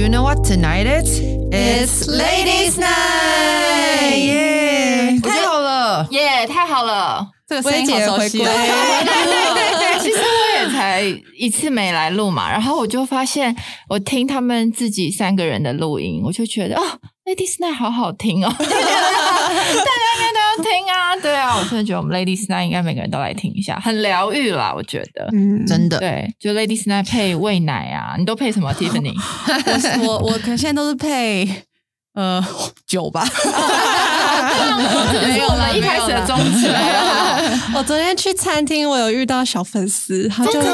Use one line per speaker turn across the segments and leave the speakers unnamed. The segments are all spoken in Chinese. Tonight it's
It's Ladies' Night
耶！我觉得好了，
耶太好了！
这个声音好熟悉
薇姐回归
哦。
其实我也才一次没来录嘛，然后我就发现，我听他们自己三个人的录音，我就觉得哦，Ladies Night 好好听哦，大家应该都要听啊，对啊，我真的觉得我们 Ladies Night 应该每个人都来听一下，很疗愈啦，我觉得。
嗯，
真的，
对，就 Ladies Night 配喂奶啊，你都配什么 Tiffany？
我我我可能现在都是配呃 酒吧，
没有啦，一开始的宗旨。
我昨天去餐厅，我有遇到小粉丝，他就对，他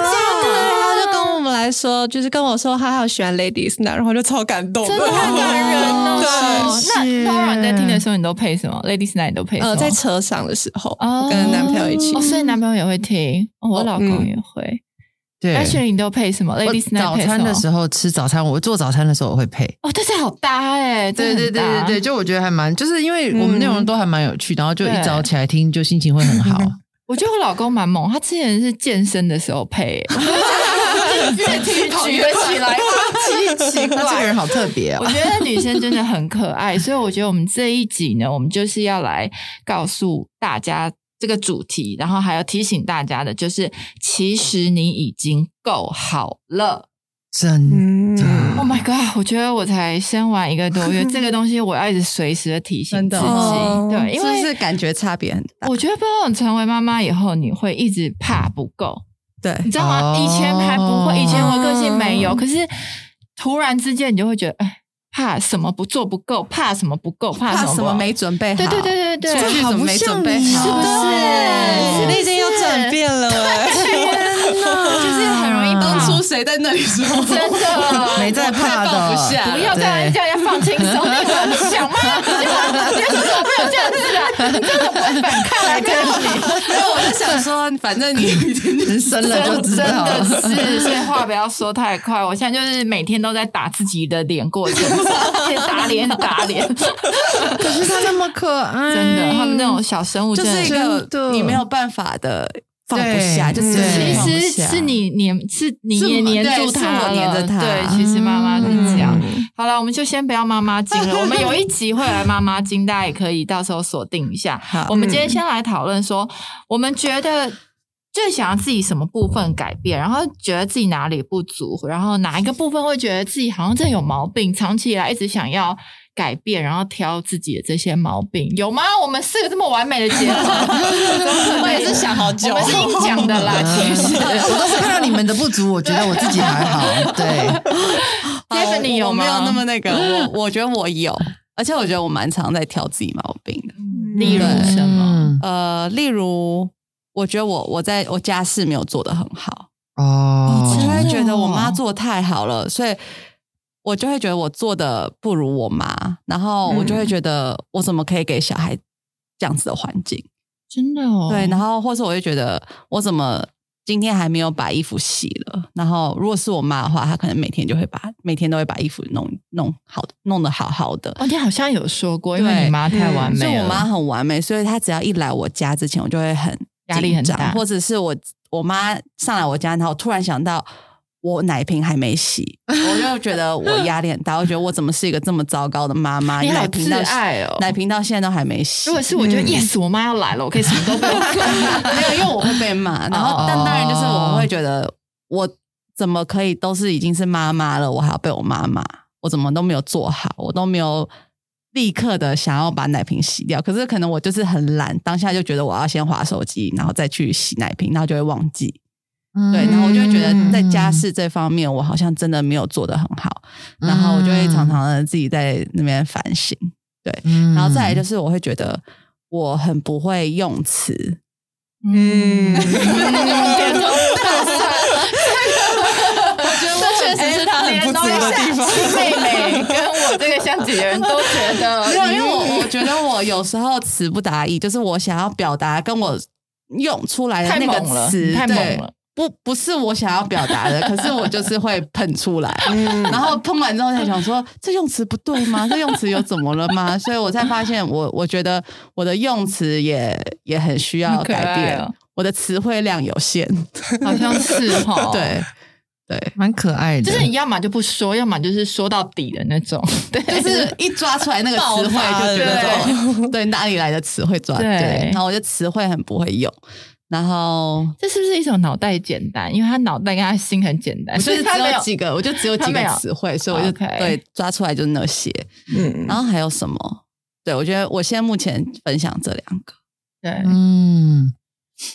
就跟我们来说，就是跟我说他好喜欢 Ladies Night，然后就超感动，
真的很感人哦！
对
那
是
Laura 你在听的时候，你都配什么？Ladies Night 你都配什么？
呃，在车上的时候，
哦
我跟男朋友一起
哦，，所以男朋友也会听，哦我老公也会。
嗯对
而且你都配什么
我
？Ladies Night
早餐的时
候，
候吃早餐，我做早餐的时候我会配。
哦，但是好搭哎，
对对对对对，
对，
就我觉得还蛮，就是因为我们内容都还蛮有趣，然后就一早起来听，就心情会很好。
我觉得我老公蛮猛，他之前是健身的时候 配，越举举得起来，奇奇
那这个
怪
人。好特别
我
哦，
觉得女生真的很可爱，所以我觉得我们这一集呢，我们就是要来告诉大家这个主题，然后还要提醒大家的就是，其实你已经够好了。
真
嗯，
的
Oh my god！我觉得我才生完一个多 月，这个东西我要一直随时的提醒
真
自
的
己，
哦
对，因为
是不是感觉差别很大？
我觉得，不然你成为妈妈以后，你会一直怕不够，
对
你知道吗？
哦
以前还不会，以前我个性没
嗯
有，可是突然之间你就会觉得，哎，怕什么不做不够，怕什么不够，怕
怕
什么
什
不
么没准备好？
对对对对
哎
对，
出去怎么没准备好？
是不是？
你已经有转变了，
就是很容易
当
怕
初谁在那里说？
真的
没在怕的，
我怕放不下
不要
对
再叫人家放 轻松，你很想吗？你为什么没有这样子啊？你真的不会反抗来跟你。
没有，我就想说，反正你有一天
人生了就知道了。
真的是，所以话不要说太快。我现在就是每天都在打自己的脸过去，打脸打 脸，
可是他那么可爱，
真的，他们那种小生物
就
真
是一
的。
个
真的
你没有办法的放不下，
对
就只
对
是放不
其
下
实是你黏，是你
是
也
我
黏住
对是
他
我黏
了
着他
对，其实妈妈是这样。
嗯
好了，我们就先不要妈妈经了。我们有一集会来妈妈经，大家也可以到时候锁定一下。
好
我们今天先来讨论说，我们觉得最想要自己什么部分改变，然后觉得自己哪里不足，然后哪一个部分会觉得自己好像真的有毛病，长期以来一直想要。改变，然后挑自己的这些毛病，有吗？我们四个这么完美的结合，我
我也是想好
我
久嗯
们是硬讲 的啦。其
嗯
实
我都是看到你们的不足，我觉得我自己还 好。对，
好
Tiffany
我
有
我没有
吗
那么那个，我我觉得我有，而且我觉得我蛮常在挑自己毛病的。
例如什么？
嗯？
呃，例如，我觉得我我在我家事没有做得很好，
哦
我就会觉得我
哦
妈做得太好了，所以我就会觉得我做的不如我妈，然后我就会觉得我怎么可以给小孩这样子的环境？
真的哦，
对，然后或是我就觉得我怎么今天还没有把衣服洗了，然后如果是我妈的话，她可能每天就会把每天都会把衣服弄弄好，弄得好好的。
哦，你好像有说过，因
对
为你妈太完
所以
美了，
我妈很完美，所以她只要一来我家之前，我就会很
压力很
紧张
大
或者是我我妈上来我家，然后突然想到我奶瓶还 没洗，我就觉得我压力很大，我觉得我怎么是一个这么糟糕的妈 妈？
你好
奶瓶
自
到
爱哦。
奶瓶到现在都还没洗。
如果是我
嗯
觉得 yes，我妈要来了，我可以什么都不用做。
没有，因为我会被骂。然
哦
后，但当然就是我会觉得，我怎么可以都是已经是妈妈了，我还要被我妈骂？我怎么都没有做好，我都没有立刻的想要把奶瓶洗掉。可是可能我就是很懒，当下就觉得我要先划手机，然后再去洗奶瓶，然后就会忘记。
嗯
对，
嗯
然后我就会觉得在家事这方面，我好像真的没有做得很好，
嗯
然后我就会常常的自己在那边反省。
嗯，
然后再来就是我会觉得我很不会用词，
嗯，点头
我觉得我确实是他很不足的地方。
妹妹跟我这个像姐姐人都觉得，
没有，因
嗯
为我我觉得我有时候词不达意，就是我想要表达跟我用出来的那
太猛了
个词，
太猛
对
了，
不不是我想要表达的，可是我就是会喷出来，
嗯
然后喷完之后才想说这用词不对 吗？这用词有怎么了吗？所以我才发现我我觉得我的用词也也很需要
很可爱
改变，
哦
我的词汇量有限，哦
好像是哈，
对。对，
蛮可爱的。
就是你要么就不说，要么就是说到底的那种。对，
就是一抓出来那个词汇就觉 得说，对哪里来的词汇抓对，
对
然后我就词汇很不会用，然后
这是不是一种脑袋简单？因为他脑袋跟他心很简单，
我就
所以
是
他
只
没
有
有
几个，我就只有几
他
个
没有
词汇，所以我就
OK
对抓出来就是那些。
嗯，
然后还有什么？对我觉得我现在目前分享这两个，
对，
嗯，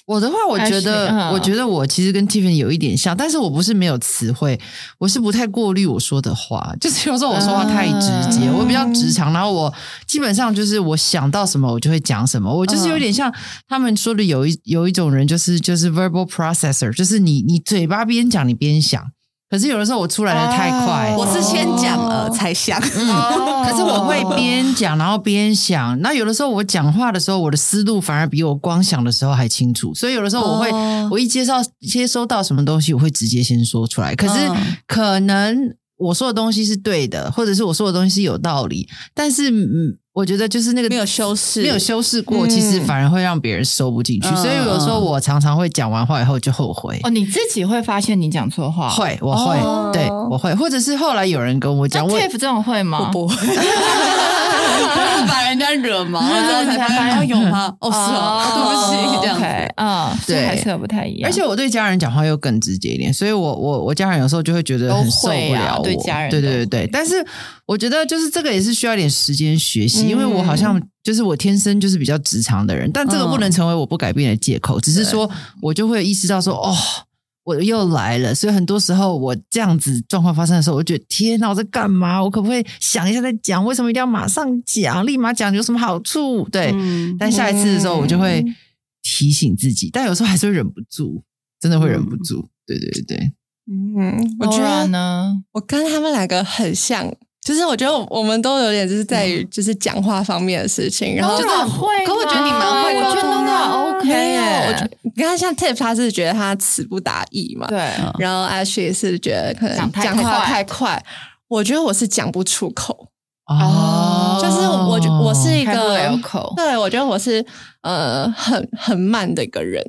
我的话，我
还
觉得，
行嗯
我觉得我其实跟 Tiffany 有一点像，但是我不是没有词汇，我是不太过滤我说的话，就是 有时候我说话太直接，
嗯
我比较直肠，然后我基本上就是我想到什么我就会讲什么，我就是
嗯
有点像他们说的有一有一种人，就是就是 verbal processor，就是你你嘴巴边讲你边想，可是有的时候我出来的太快，
哦
我是先讲了才想。
哦
嗯可是我会边讲，然后边想。那有的时候我讲话的时候，我的思路反而比我光想的时候还清楚。所以有的时候我会，
哦
我一接到接收到什么东西，我会直接先说出来。可是
嗯
可能我说的东西是对的，或者是我说的东西是有道理，但是嗯，我觉得就是那个
没有修饰
没有修饰过，
嗯
其实反而会让别人收不进去。
嗯
所以有时候我常常会讲完话以后就后悔。
哦，你自己会发现你讲错话。
会，我会，
哦
对，我会，或者是后来有人跟我
那
讲，我
Tiff 这种会吗？
哦
不 会，我把人家惹毛了之后
哦
才发现，要有吗？ 哦，是哦，对不起，这样子。
OK，嗯，所以
对
还是有不太一样。
而且我对家人讲话又更直接一点，所以我我我家人有时候就会觉得很受不了我。
都会啊对家人
对对对
都
对，但是我觉得就是这个也是需要一点时间学
嗯
习，因为我好像就是我天生就是比较直肠的人，但
嗯
这个不能成为我不改变的借口，只是说我就会意识到说哦。我又来了，所以很多时候我这样子状况发生的时候，我就觉得天哪，我在干嘛？我可不可以想一下再讲？为什么一定要马上讲？立马讲有什么好处？对，
嗯
但下一次的时候，我就会提醒自己，但有时候还是会忍不住，真的会忍不住。对对对，
嗯，我
我
觉
觉得
得
呢，
我跟他们两个很像，就是我觉得我们都有点就是在
嗯
于就是讲话方面的事情，然后就是
很会，
可我觉得你蛮会
哎我觉得
沟通的
那 OK，
没有，
耶
我觉得你看像 Tip 他是觉得他词不达意嘛，
对，
然后 Ashley 是觉得可能
嗯讲太
讲话
快
太快，我觉得我是讲不出口，
哦
就是我觉我是一
开不了
个
口，
对，我觉得我是呃很很慢的一个人，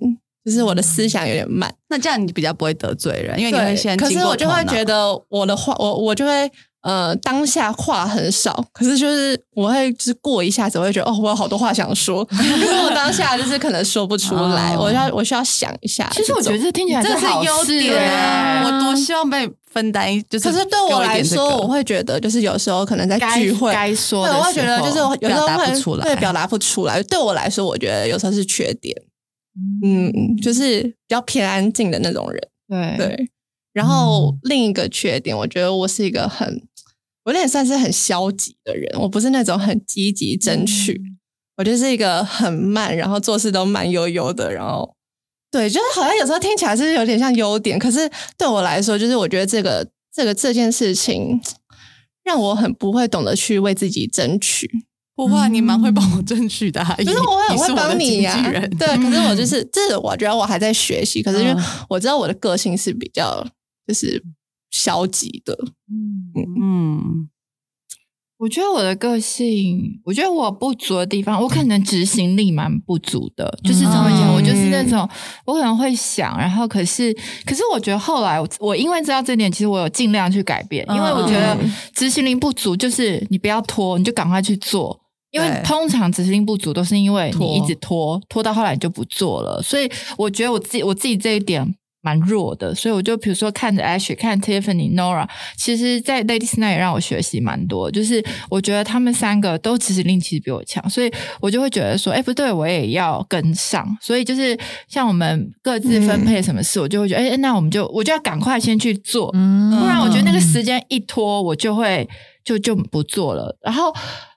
就是
嗯
我的思想有点慢。
那这样你比较不会得罪人，因为你
对，
会先
可是
经过
我就会
头脑
觉得我的话，我我就会呃当下话很少，可是就是我会就是过一下子，我会觉得哦，我有好多话想说， 可是我当下就是可能说不出来，
哦
我需要我需要想一下。
其实我觉得这听起来
这是
好
优
事
点啊！
耶
我多希望被分担一，就是
这种，可是对我来说，我
会
会觉得就是有时候可能在
该
聚会。
该说
对，
的时候，
我会觉得就是有时候
表达不
会
出来
对，表达不出来。对我来说，我觉得有时候是缺点。嗯，就是比较偏安静的那种人。
对
对，然后另一个缺点，我觉得我是一个很，我有点算是很消极的人，我不是那种很积极争取，我就是一个很慢，然后做事都慢悠悠的，然后对，就是好像有时候听起来是有点像优点，可是对我来说，就是我觉得这个这个这件事情。让我很不会懂得去为自己争取，
不会，你蛮会帮我争取的啊。
嗯
你
可是我很
你是
会
我的
帮你啊呀、
经纪人
对，可是 我就是，这是我觉得我还在学习，可是因为我知道我的个性是比较就是消极的，
嗯
嗯，
我觉得我的个性，我觉得我不足的地方，我可能执行力蛮不足的。就是怎么讲，
嗯
我就是那种我可能会想，然后可是可是我觉得后来我我因为知道这点，其实我有尽量去改变，因为我觉得
嗯
执行力不足，就是你不要拖，你就赶快去做。因为
对
通常执行力不足都是因为
拖
你一直拖，拖到后来你就不做了。所以我觉得我自己我自己这一点蛮弱的，所以我就比如说看着 Ash、看 Tiffany、Nora，其实，在 Ladies Night 也让我学习蛮多，就是我觉得他们三个都执行力其实比我强，所以我就会觉得说，哎、不对，我也要跟上。所以就是像我们各自分配什么事，我就会觉得，哎、那我们就我就要赶快先去做，
嗯
不然我觉得那个时间一拖，我就会就就不做了。然后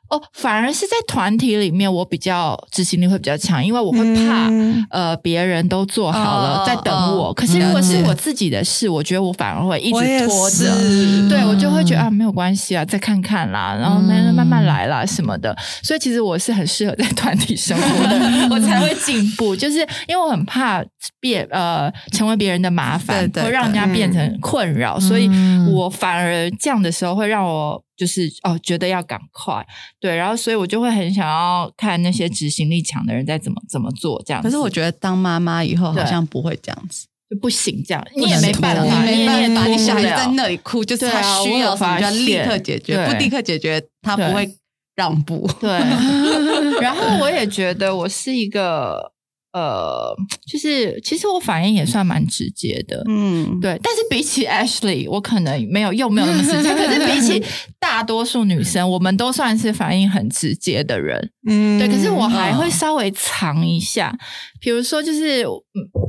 哦，反而是在团体里面，我比较执行力会比较强，因为我会怕。
嗯
呃，别人都做好了，
哦
在等我。
哦
可是如
了
果是
解
我自己的事，我觉得我反而会一
我也
直拖着。
嗯
是
对，我就会觉得啊，没有关系啊，再看看啦，然后慢慢慢慢来啦什么的。所以其实我是很适合在团体生活的，我才会进步，就是因为我很怕变呃成为别人的麻烦
对，对
会让人家
对
变成困扰，所以
嗯
我反而这样的时候会让我。就是哦，觉得要赶快，对，然后所以我就会很想要看那些执行力强的人在怎么怎么做这样子。
可是我觉得当妈妈以后
对
好像不会这样子，
就不行这样，你
能
也没办
拖
法，
你
你
没
也
办
也
法
脱
你小
不
孩
了
在那里哭，就是
对
他
啊
需
我
要
有
什么就要
发
立刻
现
解决，
对
不立刻解决他不
对
会让步。
对，然后我也觉得我是一个呃，就是其实我反应也算蛮直接的。
嗯，
对，但是比起 Ashley，我可能没有又没有那么直接。可是比起大多数女生，我们都算是反应很直接的人。
嗯
对，可是我还会
嗯
稍微藏一下，比如说就是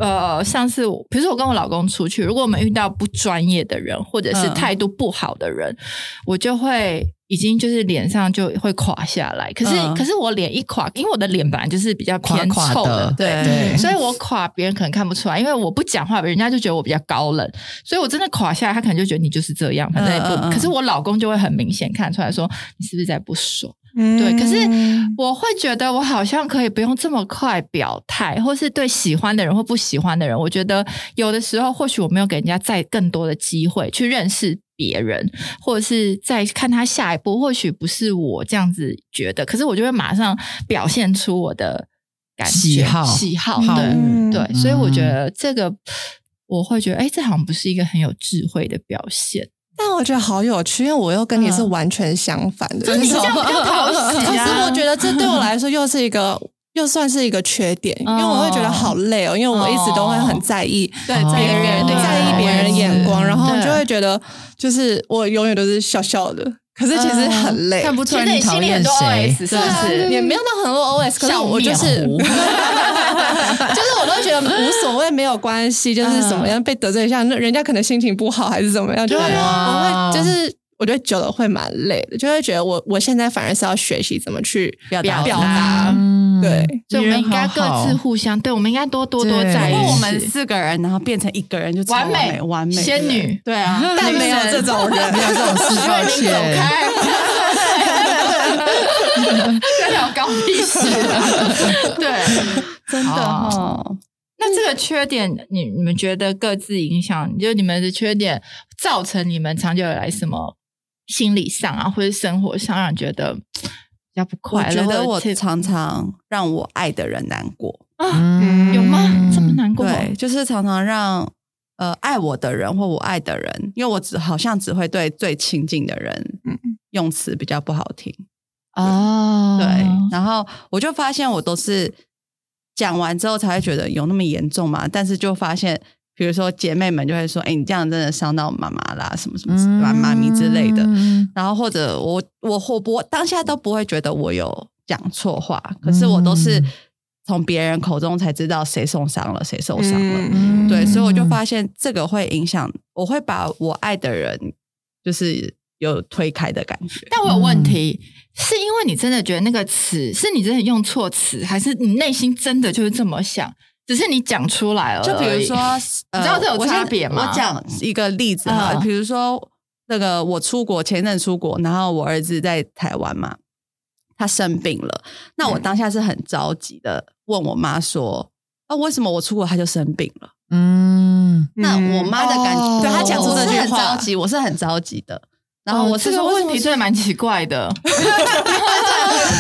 嗯呃，上次我比如说我跟我老公出去，如果我们遇到不专业的人或者是
嗯
态度不好的人，我就会已经就是脸上就会垮下来。可是、
嗯
可是我脸一垮，因为我的脸本来就是比较
垮
偏
垮
臭
的，
对。
对，
所以我垮，别人可能看不出来，因为我不讲话，人家就觉得我比较高冷，所以我真的垮下来，他可能就觉得你就是这样，反正也不。
嗯嗯嗯
可是我老公就会很明显看出来说，你是不是在不爽？对，可是
嗯
嗯
我会觉得我好像可以不用这么快表态，或是对喜欢的人或不喜欢的人，我觉得有的时候或许我没有给人家再更多的机会去认识别人，或者是再看他下一步，或许不是我这样子觉得，可是我就会马上表现出我的感觉
喜好
喜好，
好
对
嗯
对，所以我觉得这个我会觉得，哎，这好像不是一个很有智慧的表现，
但我觉得好有趣，因为我又跟你是完全相反嗯的。
真的
就是
哦
比较讨喜
可
啊
是我觉得这对我来说又是一个。又算是一个缺点，因为我会觉得好累哦，因为我一直都会很在意
对
哦
别人、
对
在意别人的眼光，然后
对
就会觉得就是我永远都是笑笑的，可是其实很累，
看不出来你讨
心里
厌
很多
谁
OS 是不
对啊
是？
也没有到很多 OS，可是
笑
我 就
面
是，
虎
就是我都觉得无所谓，没有关系，就是什么样被得罪一下，那人家可能心情不好还是怎么样，就是
对
我
啊
会就是。我觉得久了会蛮累的，就会觉得我我现在反而是要学习怎么去
表
达
表
啊
达，
嗯
对，
所以我们应该
人
各
好好
自互相，对，我们应该多多多
对
在
不
意。
过我们四个人，然后变成一个人就超
完
美
美
完美的
仙
人
女，
对 啊，
但没有这种人，
没有这种事，抱
你走
歉。
开，这条高屁事啊！对，
真的
好
哦，
那这个缺点，你你们觉得各自影响，就你们的缺点造成你们长久以来什么心理上啊，或者生活上让你觉得比较不
我
快乐？
觉得
或
我
者
常常让我爱的人难过。
嗯
啊有吗？这么难过？
对，就是常常让呃爱我的人或我爱的人，因为我只好像只会对最亲近的人，用词比较不好听。
哦
嗯
对，然后我就发现我都是讲完之后才会觉得有那么严重嘛，但是就发现。比如说，姐妹们就会说：“哎、你这样真的伤到妈妈啦，什么什么之妈妈咪之类的。
嗯
然后或者我我我不我当下都不会觉得我有讲错话，可是我都是
嗯
从别人口中才知道谁受伤了，谁受
受
伤
伤
了。
嗯
了，
对，所以我就发现这个会影响，我会把我爱的人就是有推开的感觉。
但我有问题，是因为你真的觉得那个词是你真的用错词，还是你内心真的就是这么想，只是你讲出来了而已？嗯
就比如 说，呃
你知道这有
我先
差别吗
我讲一个例子哈，
嗯
比如说那个我出国前阵出国，然后我儿子在台湾嘛，他生病了，那我当下是很着急的问我妈说。啊，为什么我出国他就生病了？
嗯，
那我妈的感觉，
哦对她讲出
我
这
是
句
很
话
着急，我是很着急的。然后
哦
我
这个
是说，
问题真的蛮奇怪 的。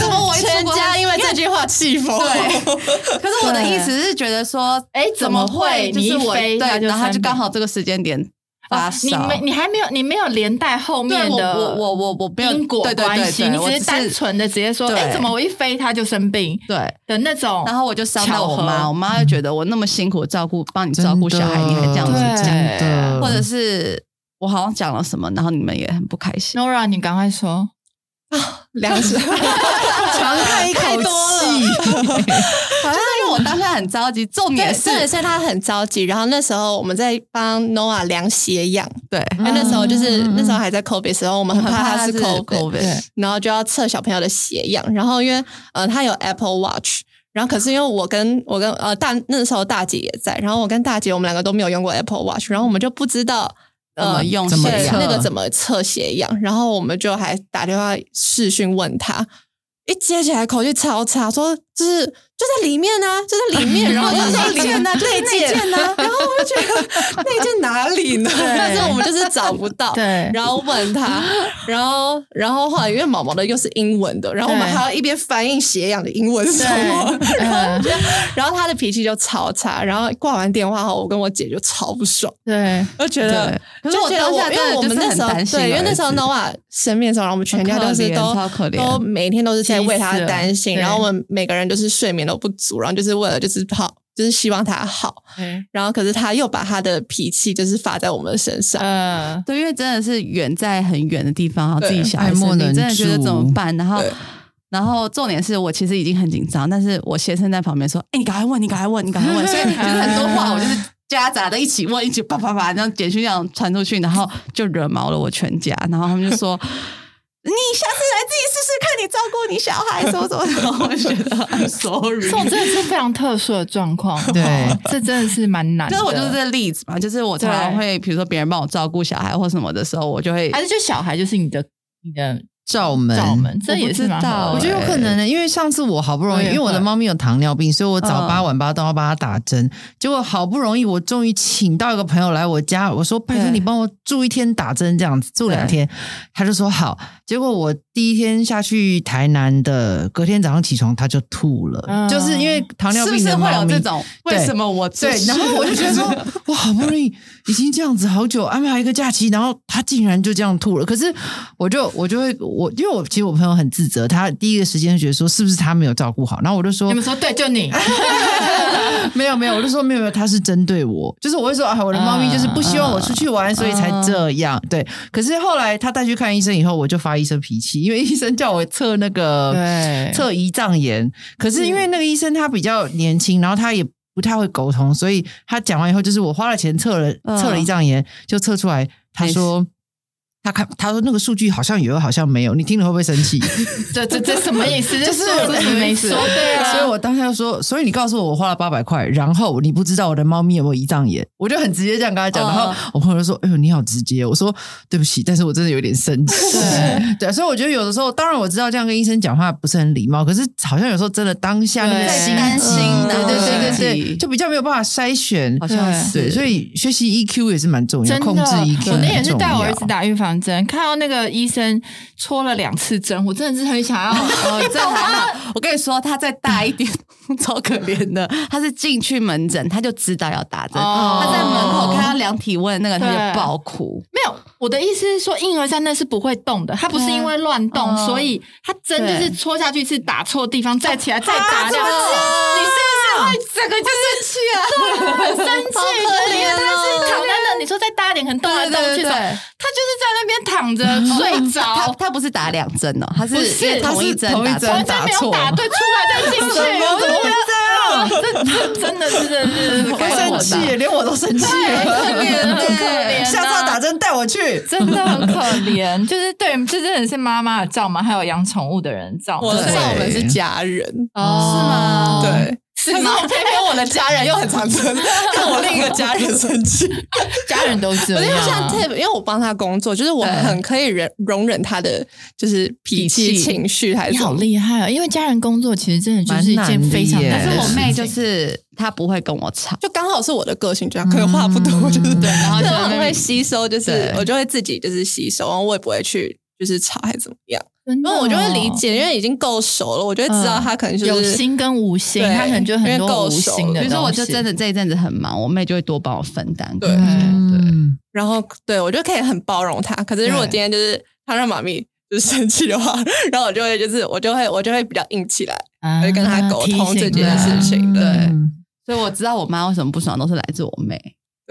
怎么我一出
全
国他
啊家因为这句话 气 疯，
可是我的意思是觉得说，
哎
怎
怎么
会
会？
就
你
是
一
我对，
飞他就
然后他
生
就刚
病
好这个时间点发
哦
烧。
你没，你还没有，你没有连带后面
对我
的
我我我我没有
因果
对对对
关系，
对
你
我
只
只
是
是
单纯的直接说，
对
哎，怎么我一飞他就生病
对，
的那种？
然后我就伤到我
巧
妈，
合
我妈就觉得我那么辛苦照顾帮你照顾小孩，你还这样
对
真
子讲，
的，
或者是我好像讲了什么，然后你们也很不开心。
Nora，你赶快说。
哦
两 手
长叹一口气，
就是因为我当下很着急，重
对，
点是
所以所以他很着急。然后那时候我们在帮 Noah 量血氧，
对，
因为那时候就是、那时候还在 COVID 时候，我嗯们很怕他
他
是 COVID，
对
然后就要测小朋友的血氧。然后因为呃他有 Apple Watch，然后可是因为我跟我跟呃大那时候大姐也在，然后我跟大姐我们两个都没有用过 Apple Watch，然后我们就不知道。
怎么
呃
用
怎么
对
血
测
氧
那个怎么测血氧，然后我们就还打电话视讯问他，一接起来口气超差，说就是就在里面呢、啊，就在里面，然后就说
内件呢
里
就是
内
内件
呢、然后我就觉得内件哪里呢？但是我们就是找不 到，
对
然后问他，然后然后后来因为毛毛的又是英文的，然后我们
对
还要一边翻译斜阳的英文是什么，
嗯，
然后他的脾气就超差，然后挂完电话后，我跟我姐就超不爽，
对，
就觉得。
可是
就
我
我觉得
当
我
下
因为我们那时候对，因为那时候 Nova 生病的时候，然后我们全家都是
好可怜
都
超可怜
都每天都是在为他
急死了
担心，
对
然后我们每个人就是睡眠都不足，然后就是为了就是好，就是希望他好，然后可是他又把他的脾气就是发在我们的身上，
嗯，
对，因为真的是远在很远的地方，然后
对
自己小孩
爱
生
莫
病，
能
真的觉得
助
怎么办？然后
对，
然后重点是我其实已经很紧张，但是我先生在旁边说：“哎，你赶快问，你赶快问，你赶快问。”所以就是很多话，我就是夹杂的一起问，一起叭叭叭，然后简讯这样传出去，然后就惹毛了我全家，然后他们就说。你下次来自己试试看，你照顾你小孩什么什么的，然后我就觉得 I'm sorry。
这种真的是非常特殊的状况，哦
对，
这真的是蛮难的。
但是我就是这个例子嘛，就是我常常会，比如说别人帮我照顾小孩或什么的时候，我就会
还是就小孩就是你的你的
罩门，
罩门，这也是蛮
哦
好的
我觉得有可
哎
能呢、因为上次我好不容易，
我也
因
会
为我的猫咪有糖尿病，所以我早
嗯
八晚八都要帮它打针。结果好不容易，我终于请到一个朋友来我家，我说：“拜托
对
你帮我住一天打针，这样子住两天。”他就说好。结果我第一天下去台南的，隔天早上起床它就吐了，
嗯
就是因为糖尿
是不
病
是
的
会
猫
有
咪
这。种？
对
为什么我
对，然后我 就觉得 说，我好不容易已经这样子好久安排一个假期，然后他竟然就这样吐了。可是我就我就会我，因为我其实我朋友很自责，他第一个时间觉得说是不是他没有照顾好，然后我就说
你们说对，就你，
没有没有，我就说没有没有，他是针对我，就是我会说啊，我的猫咪就是不希望我出去玩，所以才这样。对，可是后来他带去看医生以后，我就发医生脾气，因为医生叫我测那个
对
测胰脏炎，可是因为那个医生他比较年轻，然后他也。不太会沟通，所以他讲完以后，就是我花了钱测了
嗯
测了胰脏炎，就测出来，他说他看他说那个数据好像有，好像没有，你听了会不会生气？
这这这什么意思？
就是
这是没说对啊，
所以我当下就说，所以你告诉我我花了八百块，然后你不知道我的猫咪有没有胰脏炎，我就很直接这样跟他讲。
嗯
然后我朋友就说：“哎呦，你好直接哦。”我说：“对不起，但是我真的有点生气。”对，所以我觉得有的时候，当然我知道这样跟医生讲话不是很礼貌，可是好像有时候真的当下那个
对
心
担
心
嗯对
然后
对对
生
对对，
气
就比较没有办法筛选
好。像是
对，所以学习 EQ 也是蛮重要，
真的，
控制 EQ
我那也是
很重
带我儿
要
子打预防针，看到那个医生戳了两次针，我真的是很想要。
哦，这还好。我跟你说，他再大一点， 超可怜的。他是进去门诊，他就知道要打针。
哦
他在门口看到量体温那个，他
对
就爆哭。
没有，我的意思是说，婴儿在那是不会动的，他不是因为乱动，
嗯
所以他针就是戳下去是打错地方，再起来再打两次，你是不是会整个就是气啊？对，很生气，对因为他是躺在那，你说再大一点，可能动来动去的，他就是在那边躺着睡
他
着。
他不是打两针哦，他是
哦不是
因为
他
同
是
一针
同一
打
针
错
完全没有打对，出来再进去，我就觉得啊这这真的是真的是真的是
我
该我
生
的
气，连我都生气
可
了。
怜，很可怜啊，
下次要打针带我去。
真的很可怜， 就是对，这真的是妈妈的罩门，还有养宠物的人的罩
我
门，
知道我们是家人，
哦
对，，
是
可是
吗？
我偏偏我的家人又很常生，看我另一个家人生气。
家人都这
不是因为像
样，
Tab，因为我帮他工作，就是我很可以忍容忍他的就是脾气、
脾气
情绪还
你
是什
好
么。
厉害啊！因为家人工作其实真的就是一件非常难
蛮难的耶
的事
我
情。
妹就是她不会跟我吵，
就刚好是我的个性这样，可能话不多，就是对，然
哦
后
我
就
很会吸收，就是
对
我就会自己就是吸收，然后我也不会去就是吵还是怎么样，
真的
因
哦，
为我就会理解，因为已经够熟了，我就会知道他可能就
嗯
是
有心跟无心，
对
他可能就很
因为
多
够
无
熟
心的东西。
比如说我就真
的
的这一阵子很忙，我妹就会多帮我分担。
对
对，
嗯
然后对我就可以很包容他。可是如果
对
今天就是他让妈咪就是生气的话， 然后我就会就是我就会我就会比较硬起来，会跟他沟通这
嗯
件
啊
事情对
所以我知道我妈为什么不爽，都是来自我妹。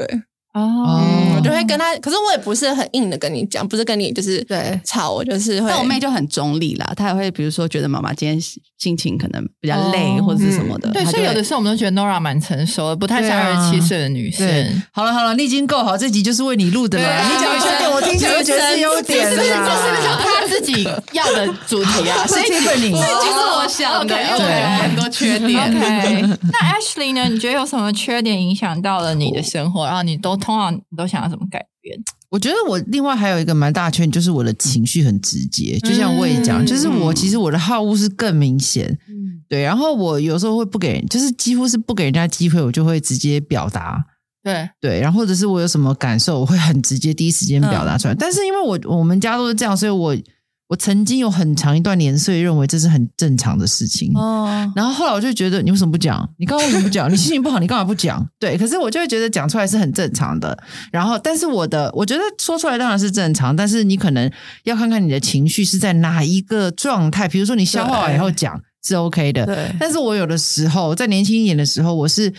嗯
哦，
我就会跟他。可是我也不是很硬的跟你讲，不是跟你就是
对
吵，我就是会。
但我妹就很中立啦，她也会比如说觉得妈妈今天心情可能比较累
哦
或者是什么的，
对，
她就
所以有
会
的时候我们都觉得 Nora 蛮成熟的，不太像
对啊
二十七岁的女生。
对，好了好了，你已经够好，这集就是为你录的
对
啦。
啊
你讲缺点，我听起来就觉得是优点
这是这是不是
啦。
他自己要的主 题啊？
是
所以
这个你
就是我想的，因为我有很多缺点。OK，那 Ashley 呢？你觉得有什么缺点影响到了你的生活？然后你都通常你都想要怎么改变？
我觉得我另外还有一个蛮大的缺点，就是我的情绪很直接，就像我也讲，
嗯
就是我其实我的好恶是更明显，
嗯，
对，然后我有时候会不给，就是几乎是不给人家机会，我就会直接表达。
对，
对，然后或者是我有什么感受，我会很直接第一时间表达出来。但是因为我我们家都是这样，所以我我曾经有很长一段年岁认为这是很正常的事情。
哦，
然后后来我就觉得，你为什么不讲？你刚刚为什么不讲？你心情不好，你干嘛不讲？ 对，可是我就会觉得讲出来是很正常的。然后，但是我的，我觉得说出来当然是正常，但是你可能要看看你的情绪是在哪一个状态。比如说你消化完以后讲是 OK 的，
对，
但是我有的时候在年轻一点的时候，我是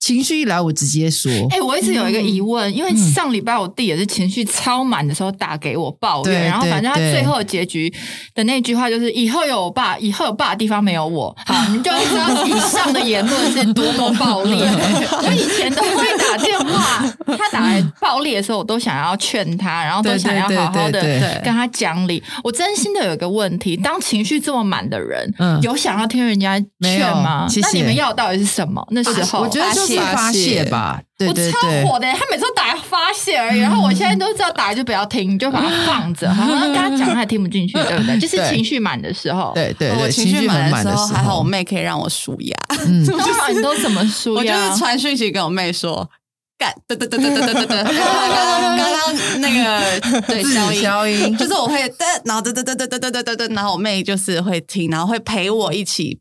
情绪一来我直接说，
哎、我一直有一个疑
嗯
问，因为上礼拜我弟也是情绪超满的时候打给我抱
对
怨，然后反正他
对对
最后结局的那句话就是“以后有我爸，以后有爸的地方没有我”。好，你就知道以上的言论是多么暴 烈。我以前都会打电话，他打来暴烈的时候，我都想要劝他，然后都
对
想要
对对
好好的
对对
跟他讲理。我真心的有一个问题，当情绪这么满的人，
嗯
有想要听人家
没
劝
有
吗？
谢
那你
谢
们要到底是什么？那时候
我觉得就是发
发
泄
泄
吧，对
我
对
超
对。
火的、他每次都打发泄而已，然后我现在都知道打就不要听，就把它 放着，好像跟他讲他也听不进去，对不对？就是
对
情绪满的时候，，
对对对，
我
情
情绪
很
满
满
的
的
时候，
时
还好
候
我，妹可以让我舒压。
嗯，
通常你都怎么输
我就
呀
是？传讯息给我妹说。干，对对对对对对对对，刚刚刚刚那个对
自己
消音，
消音
就是我会对，然后对对对对对对对对对，然后我妹就是会听，然后会陪我一起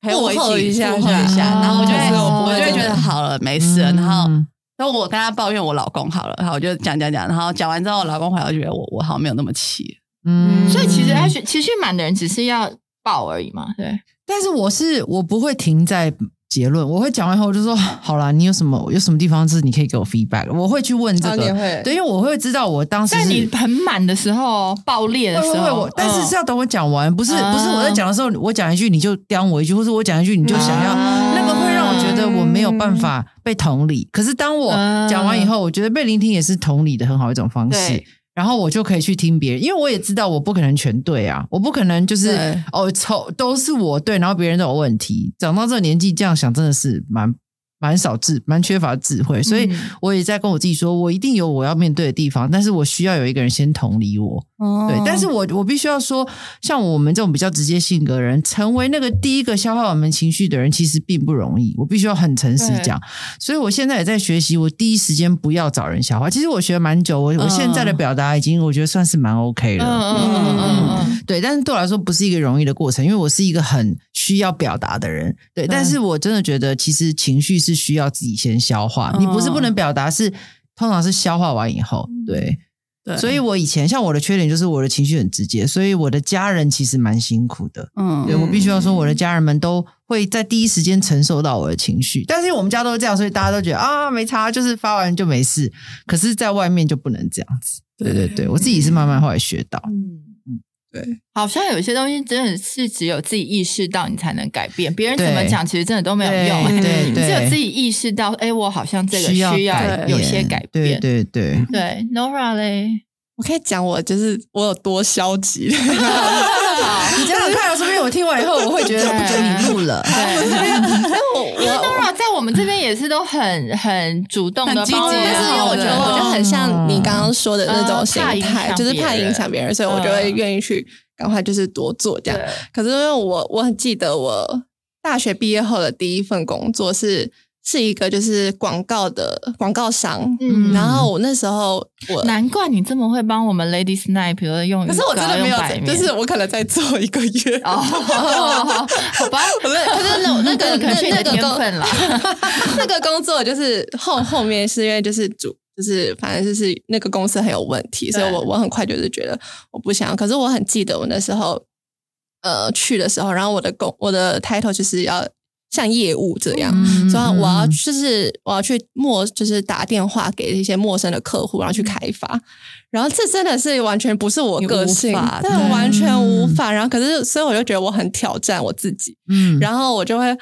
陪我一
附和
起
一下
附和一
这
下，
样
然后我就会
哦
我就会觉得好了，没事了，
嗯
然后。然后我跟她抱怨我老公好了，然后我就讲讲讲，然后讲完之后，我老公回来我觉得我我好像没有那么气，
嗯
所以其实他情情绪满的人只是要爆而已嘛，对。
但是我是我不会停在结论，我会讲完以后我就说好啦，你有什么有什么地方是你可以给我 feedback，我会去问这
哦
个，
你会
对，因为我会知道我当时
但
是
你很满的时候，爆裂的
会
时
会会
候嗯
我，，但是是要等我讲完，不是
啊
不是我在讲的时候，我讲一句你就刁我一句，或者我讲一句你就想要。
啊
那个会让我觉得我没有办法被同理，可是当我
啊
讲完以后，我觉得被聆听也是同理的很好一种方式
对。
然后我就可以去听别人，因为我也知道我不可能全对啊，我不可能就是
对
哦，丑都是我对，然后别人都有问题。长到这个年纪这样想，真的是蛮蛮少智，蛮缺乏智慧。所以
嗯
我也在跟我自己说，我一定有我要面对的地方，但是我需要有一个人先同理我。
哦
对，但是我我必须要说，像我们这种比较直接性格的人，成为那个第一个消化我们情绪的人，其实并不容易。我必须要很诚实
对
讲，所以我现在也在学习，我第一时间不要找人消化。其实我学蛮久，我、我现在的表达已经我觉得算是蛮 OK
嗯
了。
嗯嗯嗯嗯，
对，但是对我来说不是一个容易的过程，因为我是一个很需要表达的人。对，但是我真的觉得，其实情绪是需要自己先消化，你不是
哦
不能表达，是通常是消化完以后，对。
对
嗯
所以我以前像我的缺点就是我的情绪很直接，所以我的家人其实蛮辛苦的。
嗯
对我必须要说，我的家人们都会在第一时间承受到我的情绪，但是因为我们家都是这样，所以大家都觉得啊没差，就是发完就没事。可是，在外面就不能这样子。对对对，我自己是慢慢后来学到。
嗯，
对，
好像有些东西真的是只有自己意识到，你才能改变。别人
对
怎么讲，其实真的都没有用、
对
哎
对
你
对，
只有自己意识到，哎、我好像这个
需要
改
有些改
对
变。
对对，
对 n o r a 嘞，
我可以讲我就是我有多消 极，
你这样看，说不定我听完以后，我会觉得
对
不准你录了。
对因
我
为
我
Nora 在我们这边也是都很很主动的嗯
很积极
帮我们，
但是因为我觉得我就很像你刚刚说的那种心态，
嗯
就是怕影响别人，所以我就会愿意去赶快就是多做这样。可是因为我我很记得我大学毕业后的第一份工作是是一个就是广告的广告商，
嗯
然后我那时候我。
难怪你这么会帮我们 Lady Snipe，比如说用
可是我真的没有
白，面，
就是我可能再做一个月，
哦，好吧，
可是那那个
可能是你
那那
的
个
天
工
分啦。
那个工作就是后后面是因为就是主就是反正就是那个公司很有问题，所以我我很快就是觉得我不想要。可是我很记得我那时候呃去的时候，然后我的工我的 title 就是要像业务这样，
嗯
所以我要就是我要去陌就是打电话给一些陌生的客户，然后去开发。然后这真的是完全不是我
你
个
无
性
法，
真的
对
完全无法。然后可是所以我就觉得我很挑战我自己。
嗯
然后我就会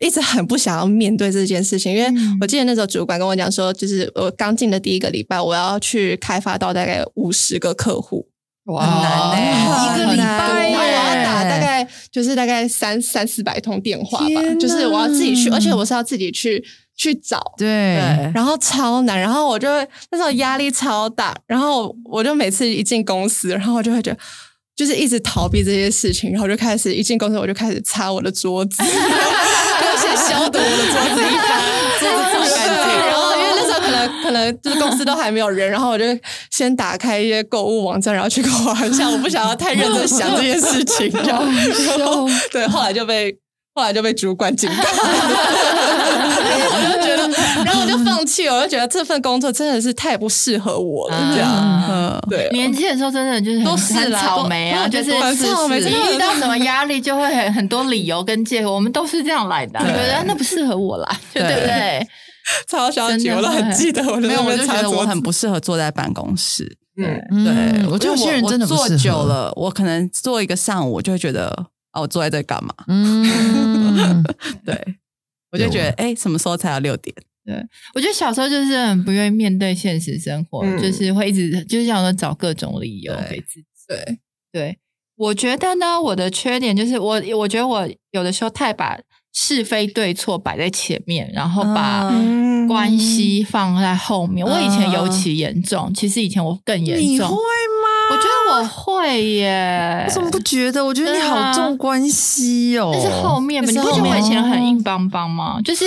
一直很不想要面对这件事情，因为
嗯
我记得那时候主管跟我讲说，就是我刚进的第一个礼拜，我要去开发到大概五十个客户，
哇
很难欸
一个礼拜耶
然后我要打大 概就是大概三三四百通电话吧
天，哪
就是我要自己去，而且我是要自己去去找。
对，
然后超难，然后我就会那时候压力超大，然后我就每次一进公司，然后我就会觉得就是一直逃避这些事情，然后就开始一进公司我就开始擦我的桌子， 而且消毒我的桌子一番，桌子这么干净。然后因为那时候可能可能就是公司都还没有人，然后我就先打开一些购物网站，然后去购玩一下，我不想要太认真想这件事 情，然后然后对，后来就 嗯被后来就被主管警告，我就觉得，然后我就放弃了，我就觉得这份工作真的是太不适合我了，这样。
嗯，
对，
年轻的时候真的就是很
都是
很
啦
草
都
莓啊，
都
就是
很草莓
是
真的
你遇
很
到什么压力就会很很多理由跟借口，我们都是这样来的啊，
对
觉得那不适合我啦，就
对
对不对？
超消极，
真的
我都很记得我的
没有，
那
我
边
就
擦
觉得
桌
我
子
很不适合坐在办公室。
嗯
对
嗯，，我觉得有些人真的不
坐
适合
久，了，我可能坐一个上午，我就会觉得啊，我坐在这干嘛？
嗯，
对，我就觉得哎，什么时候才要六点？
我觉得小时候就是很不愿意面对现实生活，
嗯
就是会一直就是想说找各种理由
对
给自己。
对，
对，我觉得呢，我的缺点就是我，我觉得我有的时候太把是非对错摆在前面，然后把
嗯
关系放在后面。我以前尤其严重，其实以前我更 严
你
重
会。吗？
我觉得我会耶
我，怎么不觉得？我觉得你好重关系哦，
啊但是后面吧，
那
你
是
不觉
后
得我
面
以前很硬邦邦吗？就是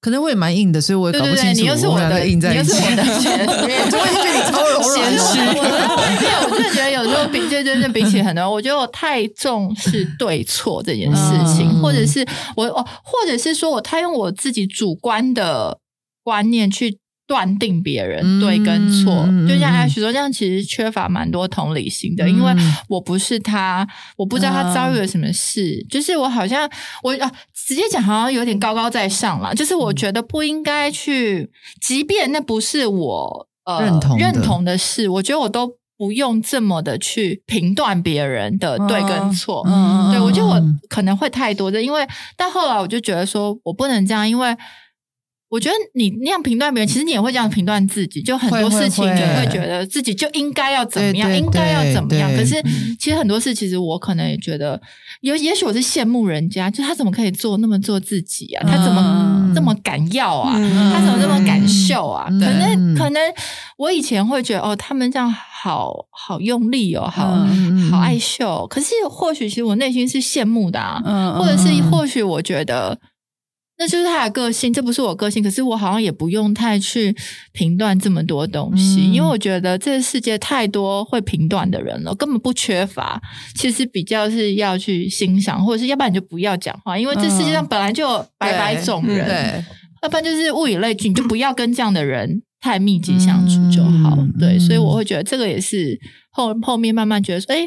可能我也蛮硬的，所以我也
对
搞
对
不
对，
清楚
你又是
我
我
们两
的，
个
你
硬
又
在一
是
起。
我的学
我就觉得你超柔软
其实
的，
我我我真的觉得有时候比对对对比起很多，我觉得我太重视对错这件事情，
嗯
或者是我哦，或者是说我太用我自己主观的观念去。断定别人对跟错，
嗯嗯嗯
就像
嗯
Ash 说，这样其实缺乏蛮多同理心的，因为
嗯
我不是他，我不知道他遭遇了什么
嗯
事，就是我好像我啊，直接讲好像有点高高在上了，就是我觉得不应该去，即便那不是我呃
认同的
认同的事，我觉得我都不用这么的去评断别人的对跟错。
嗯
对，
嗯
我觉得我
嗯
可能会太多的，因为但后来我就觉得说我不能这样，因为我觉得你那样评断别人，其实你也会这样评断自己，就很
会
多
会
事情
会
你会觉得自己就应该要怎么样，
对对
应该要怎么样。
对
可是其实很多事，其实我可能也觉得，有也许我是羡慕人家，就他怎么可以做那么做自己啊？他怎么
嗯
这么敢要啊？
嗯
他怎么这么敢秀啊？
嗯
可能
嗯
可能我以前会觉得哦，他们这样好好用力哦，好、
嗯嗯嗯
好爱秀。可是或许其实我内心是羡慕的啊，
嗯
或者是
嗯嗯
或许我觉得那就是他的个性，这不是我个性。可是我好像也不用太去评断这么多东西，
嗯
因为我觉得这世界太多会评断的人了，根本不缺乏。其实比较是要去欣赏，或者是要不然你就不要讲话，因为这世界上
嗯
本来就有百百种人。
对，
要不然就是物以类聚，你就不要跟这样的人太密集相处就好。
嗯
对，
嗯
所以我会觉得这个也是后后面慢慢觉得说，哎、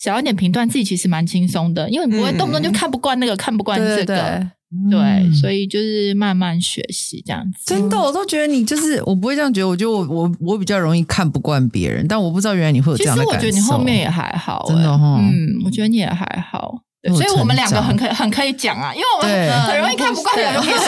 小一点评断自己其实蛮轻松的，因为你不会
嗯
动不动就看不惯那个，看不惯这个。
对对
对，所
以。
以就是慢慢学习这样
嗯
子。
真的，我都觉得你就是我不会这样觉得，我觉得我我我比较容易看不惯别人，但我不知道原来你会有
其
这
实
样的
我
感受。
觉得你后面也还好、欸，
真的哦
嗯，我觉得你也还好。对
有
所以我们两
成
个
长
很可很可以讲啊，因为我
对
们很容易看不惯别人，
嗯
可以说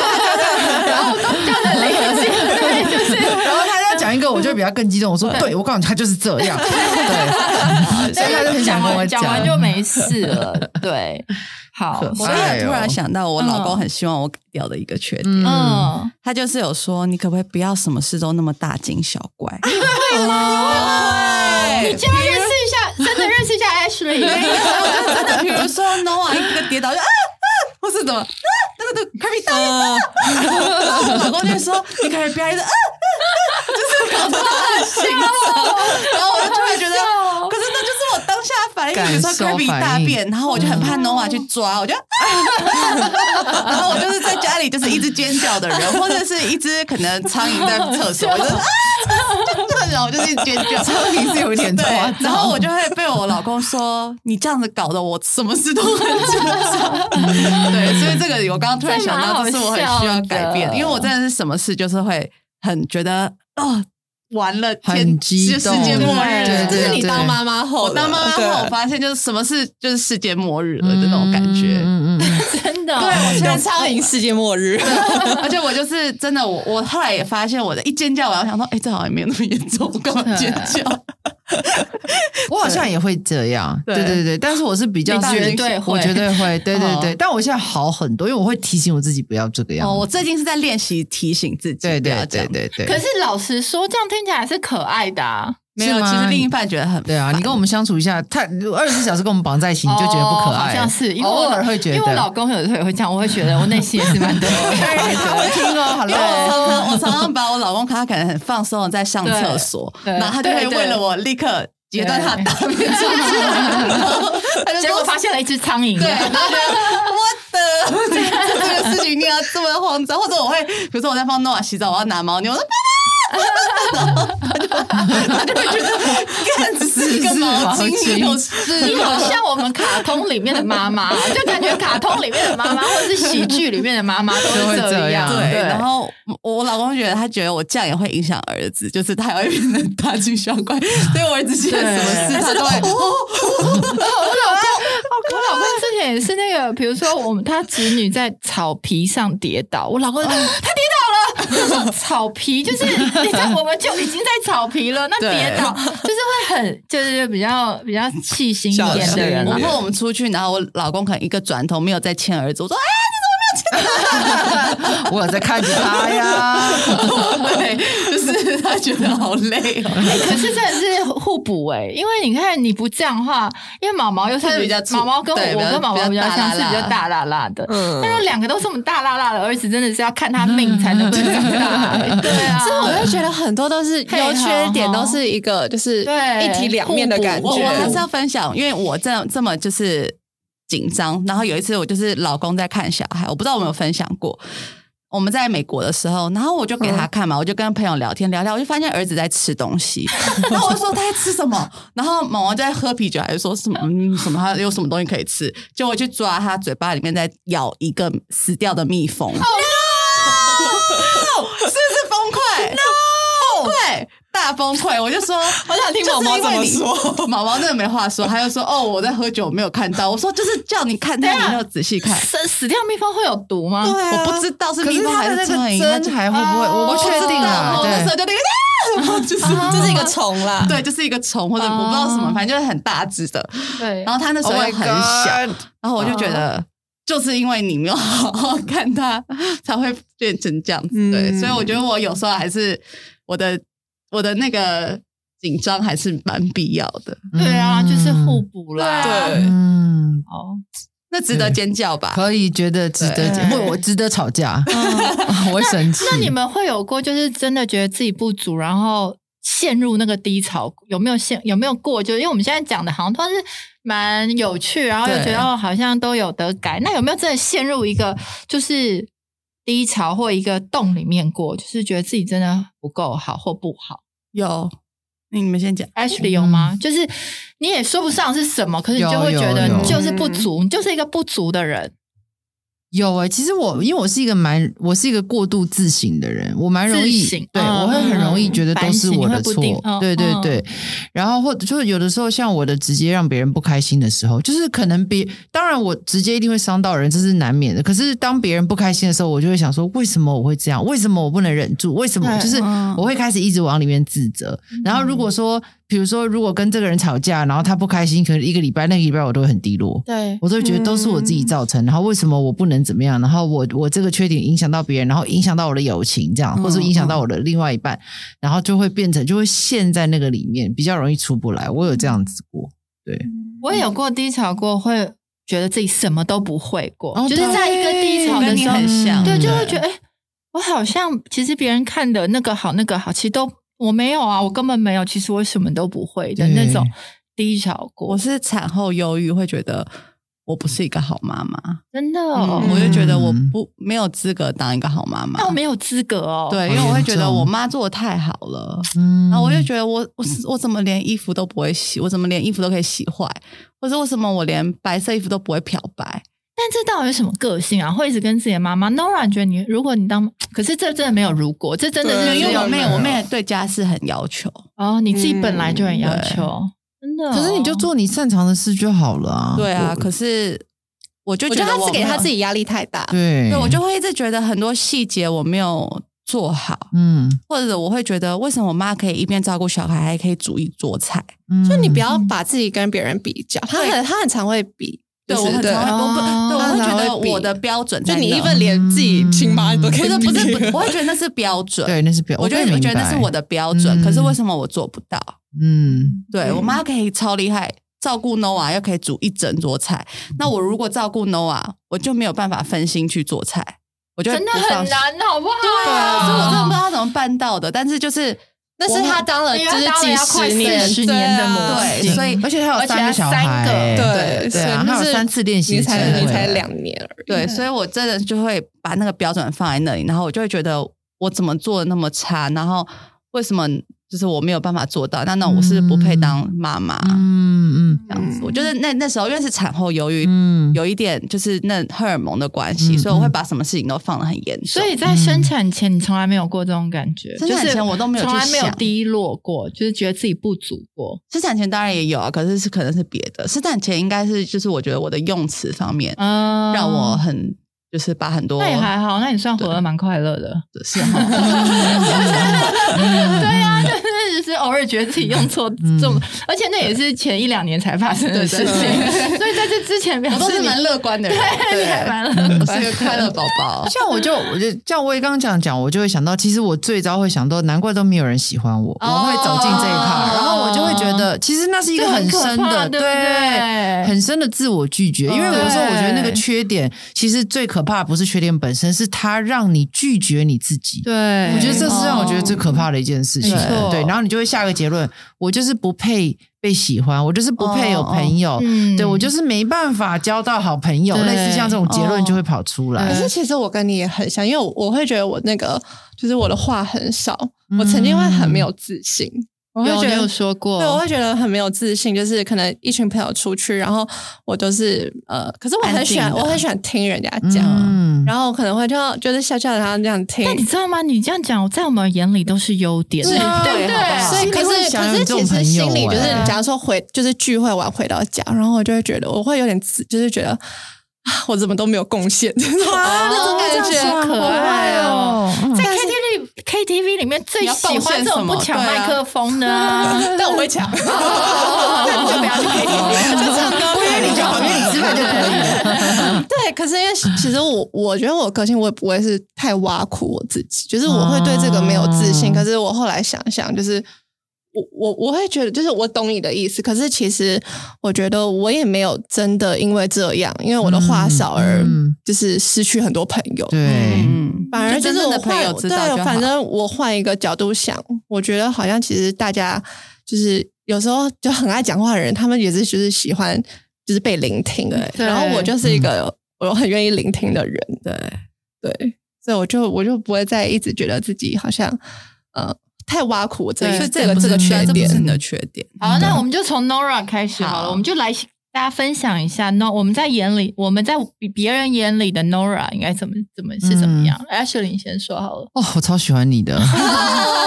然后都掉 在理解，对，就是
然后他要讲一个，我就会比较更激动。我说，对，我告诉你，他就是这样。 对，所以他就很
讲
想跟我
完讲完就没 事了。对，好，
可
我
爱
刚才
哦
突然想到，我老
嗯
公很希望我改掉的一个缺点，
嗯，
嗯，
他就是有说，你可不可以不要什么事都那么大惊小怪？
嗯
你就要
哎
认识一下，真的认识 一下 Ashley。
真的，比如说 Noah 一个跌倒就啊啊，或是怎么啊，那个那个 c r a p 啊，然后我老公就说你可以不要一直啊啊，啊就是搞得很心痛，然后我就突然觉得，可是那就是我当下的反应，比如说
感受
c r a p
反
大
应
便，然后我就很怕 Noah 去抓，我就啊，然后我就是在家里就是一直尖叫的人，或者是一只可能苍蝇在厕所，我就啊。然后我就是一直尖叫，
苍蝇是有点
对
夸，张，
然后我就会被我老公说：“你这样子搞得我什么事都很紧张。”对，所以这个我刚刚突然想到，这是我很需要改变
这蛮好笑
的，
的
因为我真的是什么事就是会很觉得哦，完了，
很
天
激
就
动
世界末日
对
了，
对
就
就是是
你
你
对
当妈妈后
我
了，
当妈妈
对
后，我发现就是什么事就是世界末日了的那种感觉。
嗯嗯嗯
真的，
对，我现
用
在
苍蝇世界末日，
而且我就是真的，我我后来也发现，我的一尖叫，我要想说，哎、这好像也没有那么严重，我干嘛尖 叫？
我好像也会这样，
对
对对对，但是我是比较
你
是
绝对会
我绝对会，对对对
哦，
但我现在好很多，因为我会提醒我自己不要这个样
哦，我
子。
最近是在练习提醒自己，
对
不要
对
这样
对对对，
可是老实说，这样听起来是可爱的啊。
没有，
是吗
其实另一半觉得很
对啊，你跟我们相处一下，他二十四小时跟我们绑在一起，你就觉得不可
哦
爱，
好像是，因为
偶
我
尔会觉得，
因为我老公有时候也会这样，我会觉得我内心也是蛮 多
他会听哦
因为我
，Hello，
常常我常常把我老公他可能很放松的在上厕所，
对对
然后他就会
对对
为了我立刻截断他的大便出去，然后他就
结
说
果发现了一只苍蝇，
对，然后觉得我的这这这个事情你要这么慌张，或者我会比如说我在帮诺瓦洗澡，我要拿牦牛，我说爸爸，然后他就他就会觉得干死个毛巾有
你
事
好
吗？
像我们卡通里面的妈妈，就感觉卡通里面的妈妈，或者是喜剧里面的妈妈都
都会
是
这
样。
样
对，
对，
然后我我老公觉得他觉得我这样也会影响儿子，就是他也会变成大惊小怪，对我儿子现在什么事他都会哦
我老公之前也是那个，比如说我们他侄女在草皮上跌倒，我老公就
哦
说他跌倒了，我说草皮就是你知道我们就已经在草皮了，那
对
跌倒就是会很就是比较比较气心一点的人
然
了。
后我们出去，然后我老公可能一个转头没有再牵儿子，我说哎，
我有在看着他呀，
对，就是他觉得好累哦。
可是真的是互补哎、因为你看你不这样的话，因为毛毛又是
它是比较粗
毛毛跟我
对比较
我跟毛毛比较像是
比较大辣辣
比较大辣辣的，
嗯
但是两个都是我们大辣辣的儿子，真的是要看他命才能够长大、欸。对啊，
所以我会觉得很多都是
配
优缺点，
合哈
都是一个就是
对
哎一体两面的感觉。
我我还是
我
要分享，因为我这样这么就是紧张。然后有一次我就是老公在看小孩，我不知道我有没有分享过。我们在美国的时候，然后我就给
嗯
他看嘛，我就跟朋友聊天聊聊，我就发现儿子在吃东西， 然后我就说他在吃什么，然后毛毛就在喝啤酒，还是说什么、嗯、什么他有什么东西可以吃，结果我去抓他嘴巴里面在咬一个死掉的蜜蜂，是不是崩溃崩溃，大崩溃！我就说，我想
听毛毛怎么
说。 毛毛真的没话说，他就说：“哦，我在喝酒，没有看到。”我说：“就是叫你看，但
等一
你
下
没有仔细看。
死死掉蜜蜂会有毒吗？
对啊
我不知道是
可
蜜
是
蜂
他
还
的那
是苍
个
蝇，他就
针还会不会，我不确定啊，
哦我那时候
对，
就那个，啊 就是
就是一个虫啦，
对，就是一个虫或者我不知道什么，反正就是很大只的。
对
然后他那时候
Oh my
又很小，
God
然后我就觉得，就是因为你没有好好看他，才会变成这样子。对，
嗯
所以我觉得我有时候还是我的我的那个紧张还是蛮必要的。
对啊，就是互
互
补啦。
对
嗯，
哦，
那值得尖叫吧？
可以觉得值得
对，
不，我值得吵架，
哦
我会生气。
那你们会有过就是真的觉得自己不足，然后陷入那个低潮，有没有陷有没有过？就是因为我们现在讲的好像都是蛮有趣，然后又
对
觉得哦好像都有得改。那有没有真的陷入一个就是低潮或一个洞里面过？就是觉得自己真的不够好或不好
有，那你们先讲。
？Ashley 有吗？就是你也说不上是什么，可是你就会
有有
觉得
有
你就是不足，你就是一个不足的人。
有哎、其实我因为我是一个蛮，我是一个过度自省的人，我蛮容易
自省
对、
嗯
我会很容易觉得都是我的
反省你会不
错
定，嗯
对对
嗯
对。然后或者就有的时候像我的直接让别人不开心的时候，就是可能别当然我直接一定会伤到人，这是难免的。可是当别人不开心的时候，我就会想说，为什么我会这样？为什么我不能忍住？为什么？
对嗯
就是
嗯
我会开始一直往里面自责。然后如果说，比如说如果跟这个人吵架，然后他不开心，可能一个礼拜那个礼拜我都会很低落。
对，
我都会觉得都是我自
嗯
己造成，然后为什么我不能怎么样？然后我我这个缺点影响到别人，然后影响到我的友情，这样，
嗯
或者影响到我的另外一半，然后就会变成就会陷在那个里面，比较容易出不来。我有这样子过，
我也有过低潮过，会觉得自己什么都不会过，
哦
就是在一个低潮
哎跟
的
你
时候，
很像，
对，
嗯
就会觉得，哎、我好像其实别人看的那个好，那个好，其实都我没有啊，我根本没有，其实我什么都不会的
对
那种低潮过
我，是产后忧郁，会觉得我不是一个好妈妈，
真的、哦
嗯
我就觉得我不没有资格当一个好妈妈
那。我没有资格哦。
对，因为我会觉得我妈做的太好了。
嗯，
哦然后我就觉得我我我怎么连衣服都不会洗，我怎么连衣服都可以洗坏，或者为什么我连白色衣服都不会漂白？
但这到底是什么个性啊？会一直跟自己的妈妈？Nora 你觉得你，如果你当，可是这真的没有如果，这真的
对
是
因为我
没
妹
有
我妹对家事很要求，
哦，你自己本来就很要
嗯对
求，真的哦、
可是你就做你擅长的事就好了啊。
对啊，
我
可是我就
我
觉
觉
得
得他是给他自
己，
己压力太大。
对，
对我就会一直觉得很多细节我没有做好，
嗯，
或者我会觉得为什么我妈可以一边照顾小孩，还可以煮一桌菜？
嗯
就你不要把自己跟别人比较，他很他很常会比，
对
就是
我很常会，
哦
我不，对我会
她很常
觉得
会比
我的标准在
就
那，
你一份连自己亲妈都可以
不是
比
不 是，不我会觉得那是标准，
对，那是表，
我觉
可以
得我
明
觉得
白
那是我的标准，
嗯
可是为什么我做不到？
嗯，
对、我妈可以超厉害，照顾 Nova 又可以煮一整桌菜。
嗯
那我如果照顾 Nova，我就没有办法分心去做菜，我嗯就
真的很。难，啊好不好？对
啊所以我真的不知道怎么办到的。但是就是
但是他当了
因
就
为她
是
当了
几
要快
十年，
十年的
对啊
模
对
型，
所以
而且他有
而且
三
还
小
三
孩
个
欸，
对
对啊，
所以
他
就
有
是
三次练习
你
机会，
才你才两年而已。
对，所以我真的就会把那个标准放在那里，然后我就会觉得我怎么做的那么差，然后为什么就是我没有办法做到？那那我是不配当妈妈、
嗯嗯
这样子。我觉得那那时候因为是产后忧郁，
嗯，
有一点就是那荷尔蒙的关系，
嗯
所以我会把什么事情都放得很严重。
所以在生产前，你从来没有过这种感觉，
嗯生产前
就是
我都没有去
从来没有
想
低落过，就是觉得自己不足过。
生产前当然也有啊，可是是可能是别的。生产前应该是就是我觉得我的用词方面
嗯，
让我很就是把很多
那也还好，那你算活得蛮快乐的。
是哈。
对啊， 就是只是偶尔觉得自己用错
嗯。
这么，而且那也是前一两年才发生的事情， 所以在这之前表
我都
示
是
你
蛮乐观的人，
对，你还蛮乐观
我是个快乐宝宝
像我 就我就像我也刚刚讲讲，我就会想到，其实我最早会想到，难怪都没有人喜欢我，
哦
我会走进这一趴，然后我就会觉得，其实那是一个很深
这很可
的，
怕对不对哦
很深的自我拒绝。因为有时候我觉得那个缺点，其实最可怕的不是缺点本身，是它让你拒绝你自己。
对
我觉得这是让我觉得最
哦
可怕的一件事情。
没错
对，然后你就会下个结论，我就是不配被喜欢，我就是不配有朋友，
嗯
对我就是没办法交到好朋友，
对哦
类似像这种结论就会跑出来。
可是其实我跟你也很像，因为我我会觉得我那个就是我的话很少，我曾经会很没有自信，嗯我会
有
觉
你
得
有说过，
对，我会觉得很没有自信，就是可能一群朋友出去，然后我都是呃，可是我很喜欢，
安静的
我很喜欢听人家讲，
嗯
然后我可能会就要就是笑笑，然后这样听
但。你知道吗？你这样讲，在我们眼里都是优点，
是
对
对好不好
啊所以，可
心里会
是
想
可
有
是，
这种
其
朋友
实心里就是
欸，
假如说回就是聚会完回到家，然后我就会觉得，我会有点自，就是觉得啊，我怎么都没有贡献，
哦啊
那种感
这样
觉，
说
可爱哦
好可爱哦
在 KTV 里 KTV 里面最
你要
喜
贡
欢
献
这种
什么
不抢
对啊
麦克风的啊，
但我 会抢，就
那你就不要去 KTV，就唱歌，我约
你就好约你吃饭就可以了。
对，可是因为其实我我觉得我个性我也不会是太挖苦我自己，就是我会对这个没有自信。
哦
可是我后来想想，就是我我我会觉得，就是我懂你的意思。可是其实我觉得我也没有真的因为这样，因为我的话少而
嗯
就是失去很多朋友。
对，
嗯，
反而
就
就
真
是
正
我
的朋友
换
知道就好
对，反正我换一个角度想，我觉得好像其实大家就是有时候就很爱讲话的人，他们也是就是喜欢就是被聆听。
对
然后我就是一个我很愿意聆听的人，
嗯对，
对，所以我就我就不会再一直觉得自己好像呃太挖苦我这
对
一
所以
这个这个缺
这不是
点
你。的缺点。
嗯
好，那我们就从 Nora 开始好了，
好
我们就来大家分享一下 No 我们在眼里，我们在比别人眼里的 Nora 应该怎么怎么是怎么样、
嗯
a s h l e y 你先说 好了。
哦，我超喜欢你的。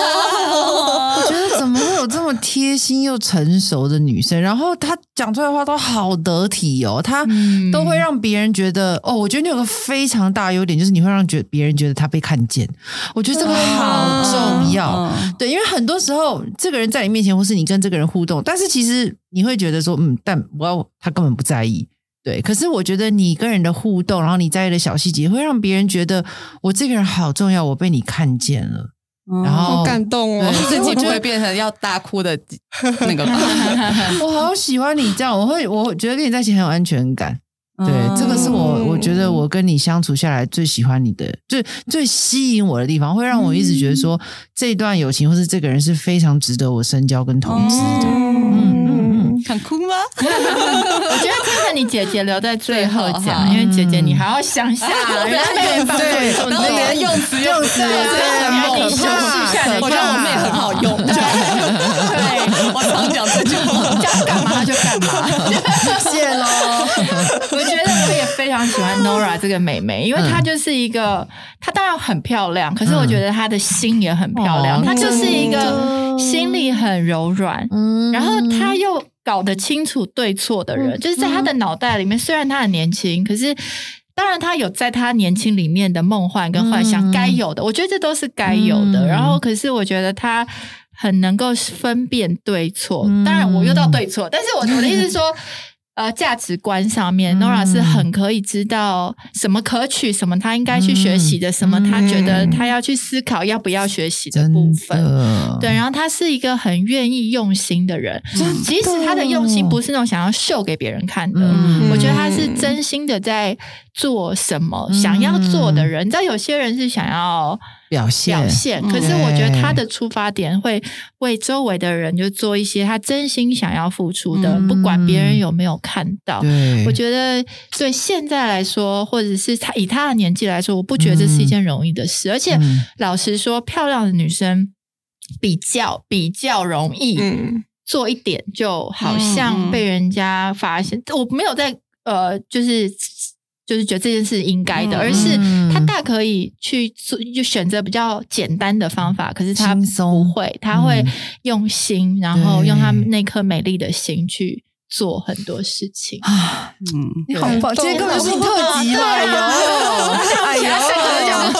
我觉得怎么会有这么贴心又成熟的女生？然后她讲出来的话都好得体哦，她
嗯
都会让别人觉得哦，我觉得你有个非常大的优点，就是你会让觉别人觉得她被看见。我觉得这个好重要。
嗯
对，因为很多时候这个人在你面前，或是你跟这个人互动，但是其实你会觉得说，嗯，但我要他根本不在意。对，可是我觉得你跟人的互动，然后你在意的小细节，会让别人觉得我这个人好重要，我被你看见了。
嗯
然后
好感动哦！
对
自己
我觉
不
得
会变成要大哭的那个吧？
我好喜欢你这样，我会我觉得跟你在一起很有安全感。对，
嗯
这个是我我觉得我跟你相处下来最喜欢你的，最最吸引我的地方，会让我一直觉得
嗯
说、这段友情或是这个人是非常值得我深交跟投资
哦
的。嗯嗯嗯，
想哭吗？
我觉得这个你姐姐留在最后
最后
讲，
哈
因为姐姐你还要想想，原来妹妹帮
嗯对
助这么
然后
多
你的
用词用词
对你修饰一下你的
我觉得我妹很好用，
对，我常讲这句话，叫干嘛她就干嘛， 谢喽。我觉得我也非常喜欢 Nora 这个妹妹，因为她就是一个，她当然很漂亮，可是我觉得她的心也很漂亮，
嗯
她就是一个心里很柔软，
嗯嗯
然后她又搞得清楚对错的人，就是在她的脑袋里面，虽然她很年轻，可是。当然，她有在她年轻里面的梦幻跟幻想，
嗯
该有的，我觉得这都是该有的。
嗯
然后，可是我觉得她很能够分辨对错。
嗯
当然，我又到对错，但是我我的意思是说，呃价值观上面、
嗯
n o r a 是很可以知道什么可取，什么他应该去学习的，什么他觉得他要去思考要不要学习
嗯
的
真
部分。
的
对，然后他是一个很愿意用心的人，
真
即使他的用心不是那种想要秀给别人看的，
嗯嗯
我觉得他是真心的在做什么、想要做的人。你知道，有些人是想要
表现
表现，
嗯
可是我觉得他的出发点会为周围的人就做一些他真心想要付出的，
嗯
不管别人有没有看到。
对，
我觉得对现在来说，或者是他以他的年纪来说，我不觉得这是一件容易的事。而且
嗯
老实说，漂亮的女生比较比较容易，
嗯，
做一点，就好
嗯
像被人家发现。我没有在呃，就是就是觉得这件事应该的，
嗯
而是
嗯
他大可以去做，就选择比较简单的方法。可是他
轻松嗯
不会，他会用心，然后
对
用他那颗美丽的心去做很多事情。
啊，
嗯，
你好棒，今天根
哦
本就是你特 辑啦，
对啊
哎呦，哎
啊
呦，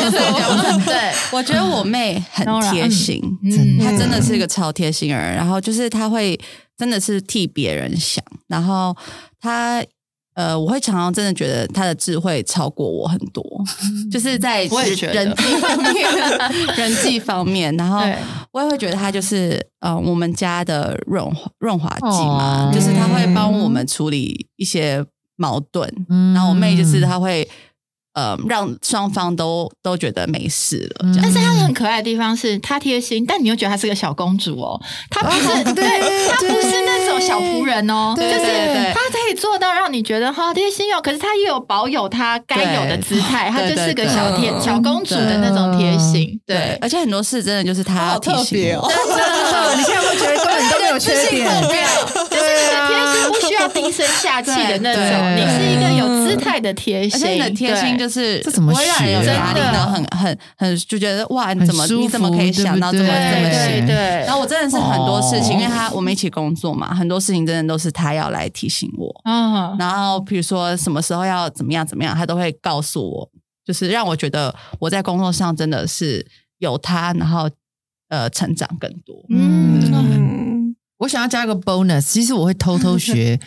对，
我觉得我妹很贴心，
真
她
嗯，
真的是一个超贴心的人。然后就是她会真的是替别人想，然后她呃，我会常常真的觉得她的智慧超过我很多，就是在
嗯我也觉得
人际方面，人际方面，然后
嗯 对，
我也会觉得她就是呃，我们家的润滑润滑剂嘛，
哦
就是她会帮我们处理一些矛盾，
嗯
然后我妹就是她会。呃，让双方都都觉得没事
嗯
了，这样
但是她哎很可爱的地方是，她贴心，但你又觉得她是个小公主哦。她不是，
啊对
对，她不是那种小仆人哦，就
对
是
对对
她可以做到让你觉得好贴心哦。可是她也有保有她该有的姿态，她
对
就是个小
对
贴
对
小公主的那种贴心。
对
对，，
而且很多事真的就是
哦
他要提醒我，
真的，你现在会觉得根本都 没有缺点，
就是你的贴心不需要低声下气的那种，
对对
你是一个有姿态的贴
而
心，
且你的贴心
对
就是
这怎么
不会让人有
学
压力，
啊
然后很很很就觉得哇，你
很
怎么
舒服
你怎么可以想到这么
对
这么
对
细？
对对对
然。后我真的是很多事情，
哦
因为他我们一起工作嘛，很多事情真的都是他要来提醒我。
嗯，
然后比如说什么时候要怎么样怎么样，他都会告诉我，就是让我觉得我在工作上真的是有他，然后呃成长更多。
嗯，
嗯，
我想要加一个 bonus，其实我会偷 偷学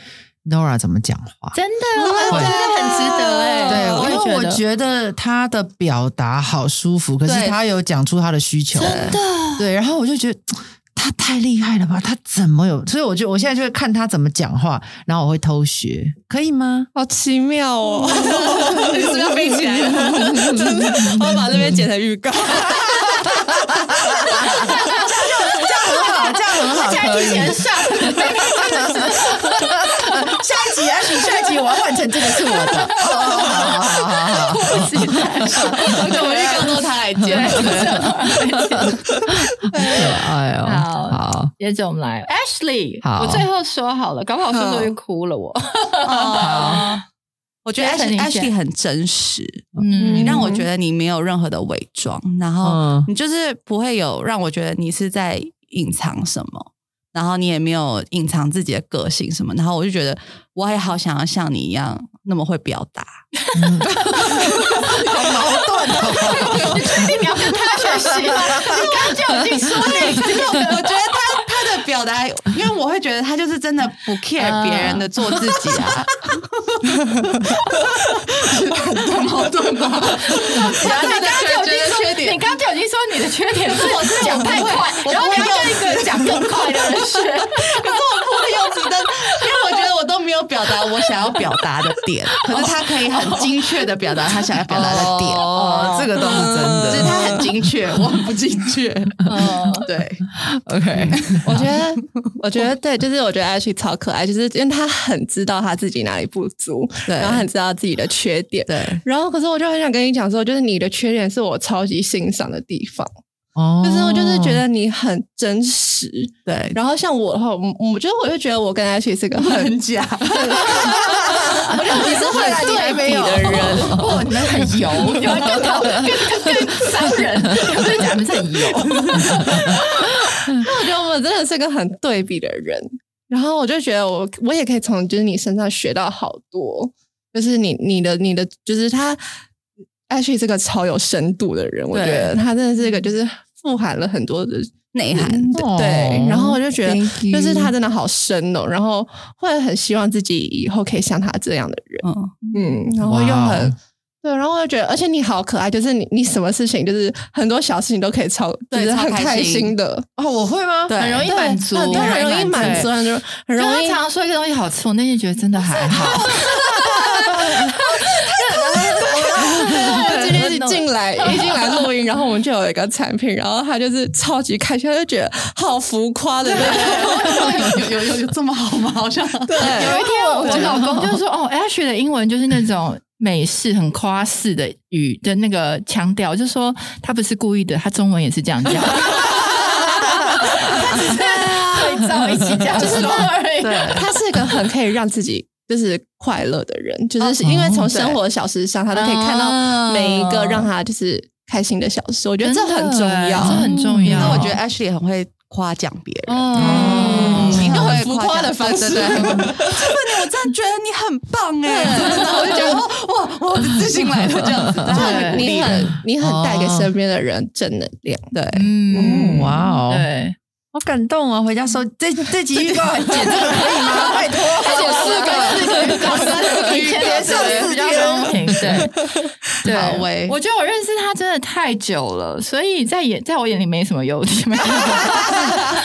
Nora 怎么讲话。
真的，我
会
觉得很值得哎。
对，
我也
因为我
得
觉得她的表达好舒服，可是
对
她有讲出她的需求，
真的
对，然后我就觉得她太厉害了吧，她怎么有？所以我就我现在就会看她怎么讲话，然后我会偷学，可以吗？
好奇妙哦，
你是不是要飞起来
真的，我要把这边剪成预告。
很好，这样很好，可以。
上，
下一集啊，许下一集我要换成这个是我 的。哦好好好好好，
对，我就告诉他来接。
可爱哦。
好
好，
接着我们来 Ashley，
好
我最后说好了，搞不好说说就哭了我。
嗯
哦，我觉得
觉得很
Ashley
明显
Ashley 很真实，
嗯
你让我觉得你没有任何的伪装，然后
嗯
你就是不会有让我觉得你是在隐藏什么，然后你也没有隐藏自己的个性什么，然后我就觉得我也好想要像你一样那么会表达，
好矛盾哦。
你确定你要跟他学习吗？你刚就已经说你
我觉得他他的表达，因为我会觉得他就是真的不 care 别人的做自己啊，
然后你刚就已经
缺
说，
点
你刚就已经说你的缺点是我是讲太快，
我不会
然后你要跟一个讲更快的人 学，
可是我不会用子弹，因为我觉得我都没有表达我想要表达的点，可是他可以很精确的表达他想要表达的点，
哦，这个倒是真
只是
的。
他很精确，我很不精确。
嗯
对，
OK，
我觉得，我觉得对，就是我觉得 Ashley 超可爱，就是因为她很知道她自己哪里不足，
对
然后很知道自己的缺点。
对，
然后，可是我就很想跟你讲说，就是你的缺点是我超级欣赏的地方，
哦
就是我就是觉得你很真实。
对，
然后像我的话，我我觉得我就觉得我跟 Ashley 是个很，
很假，
我觉得你是很对比的人，
哦，你们很油，你们更讨更更伤人，我就讲你们是很油，
我觉得我真的是个很对比的人。然后我就觉得我我也可以从就是你身上学到好多，就是你你的你的就是他，Ashley 是个超有深度的人，我觉得他真的是一个就是富含了很多的
内涵。哦
对，然后我就觉得，
Thank you
就是他真的好深哦，然后会很希望自己以后可以像他这样的人，
嗯，
嗯，然后又
哦哇
很对，然后我就觉得，而且你好可爱，就是你你什么事情，就是很多小事情都可以超，就
对
是很
超开
开
心
心的，
哦，我会吗？
对
很容易
对
满足，
很多很容易满足，
对。
很容很
然后
容
他
易
常常说一个东西好吃，我内心觉得真的还好。
啊 今天进 来一进来录音，然后我们就有一个产品，然后他就是超级开心，他就觉得好浮夸的那种。
有有有有这么好吗？好像
有一天我我老公就说：“哦，Ash 的英文就是那种美式很夸式的语的那个腔调，就说他不是故意的，他中文也是这 样讲。”对啊，照一起讲
就是
说而已。
他是一个很可以让自己就是快乐的人，就是因为从生活小事上，他都可以看到每一个让他就是开心的小事。我觉得这很重
真的
要
这，很重要。
那我觉得 Ashley 很会夸奖别人。
嗯，
嗯
你
用
会
很浮夸的方式
对对对我真的觉得你很棒哎、真的，我就觉得哇，我我自信来了这样子。
就是
对
你很你很带给
哦
身边的人正能量。
对，
嗯，
哇哦，
对，
好感动啊！回家收这这集预告还剪 这个可以吗？拜托，
而且四个四个预告，三个
天
连上
四
比较公平，对对
好喂
我觉得我认识他真的太久了，所以在眼在我眼里没什么优点。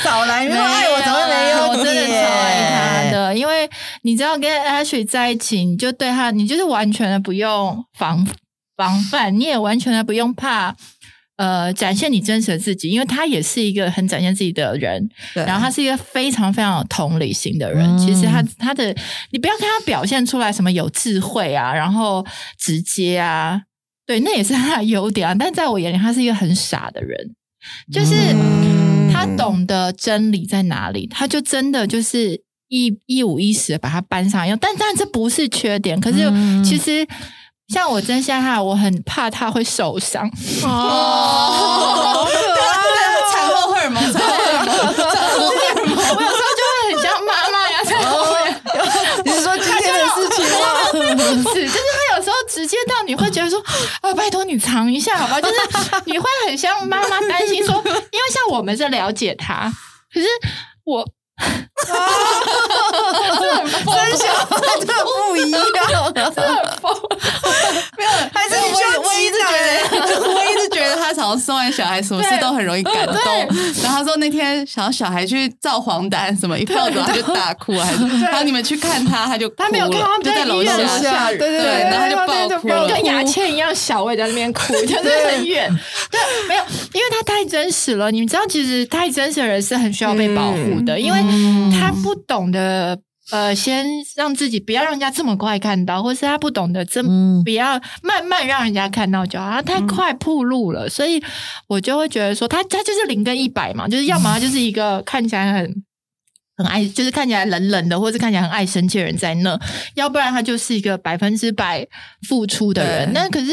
少来，因
没
为
有
爱我怎么没有
啦
你？
我真的超爱他的，因为你知道跟 Ash 在一起，你就对他，你就是完全的不用防防范，你也完全的不用怕。呃，展现你真实的自己，因为他也是一个很展现自己的人，
对
然后他是一个非常非常有同理心的人。
嗯
其实他他的，你不要看他表现出来什么有智慧啊，然后直接啊，对，那也是他的优点啊。但在我眼里，他是一个很傻的人，就是
嗯
他懂得真理在哪里，他就真的就是一一五一十地把它搬上用。但但这不是缺点，可是
嗯
其实。像我真下哈，我很怕他会受伤，
哦好可
产后荷尔蒙，产后荷尔 蒙，
我有时候就会很像妈妈呀，才 会
爱！你是说今天的事情吗？
不止，就是会有时候直接到你会觉得说，啊，拜托你尝一下好吧，就是你会很像妈妈担心说，因为像我们是了解他，可是我
真想这不一样，
没有，
还是你需要
我我一直觉得，我一直觉得他好像生完小孩什么事都很容易感动。然后他说那天想要小孩去照黄疸什么，一抱走他就大哭，啊还是然后你们去看他， 他就哭了
他没有看到
就在楼
在医院
下。
对对
对然后他就爆哭了
跟牙签一样小，我也在那边 哭，就是很远。对，没有，因为他太真实了。你们知道，其实太真实的人是很需要被保护
嗯
的，因为
嗯
他不懂得呃，先让自己不要让人家这么快看到，或是他不懂得这
嗯
不要慢慢让人家看到就好。他太快铺路了，所以我就会觉得说，他他就是零跟一百嘛，就是要么他就是一个看起来很。很爱，就是看起来冷冷的，或是看起来很爱生气的人在那，要不然他就是一个百分之百付出的人。
对
那可是，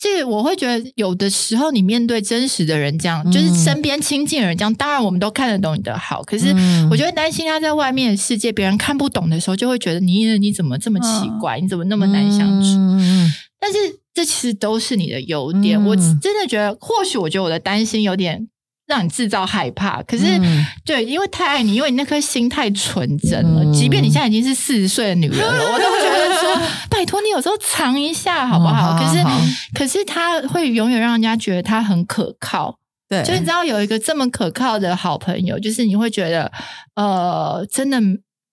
这我会觉得有的时候你面对真实的人这样，就是
嗯
身边亲近的人这样，当然我们都看得懂你的好，可是
嗯
我就会担心他在外面的世界别人看不懂的时候，就会觉得你你怎么这么奇怪，你怎么那
那
么难相处？
处。
但是这其实都是你的优点。
嗯
我真的觉得，或许我觉得我的担心有点让你制造害怕，可是、
嗯
对，因为太爱你，因为你那颗心太纯真了。
嗯
即便你现在已经是四十岁的女人了，我都觉得说，拜托你有时候尝一下好不好？
嗯好
可是
好
可是他会永远让人家觉得他很可靠。
对，
就你知道有一个这么可靠的好朋友，就是你会觉得，呃，真的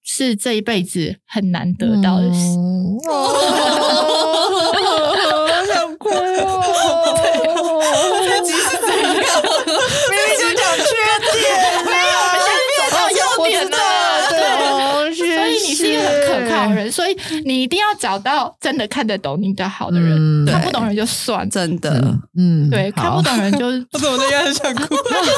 是这一辈子很难得到的事。
嗯哦好想哭哦！这集是怎样？明明就讲缺点，没有，
找到优点呢
对，
所以你是一个很可靠的
人。
人，所以你一定要找到真的看得懂你的好的人，
嗯
看
对
不懂人就算了。
真的，
嗯，
对，看不
好。
懂人就
我怎么那样很想哭？
他就是他就是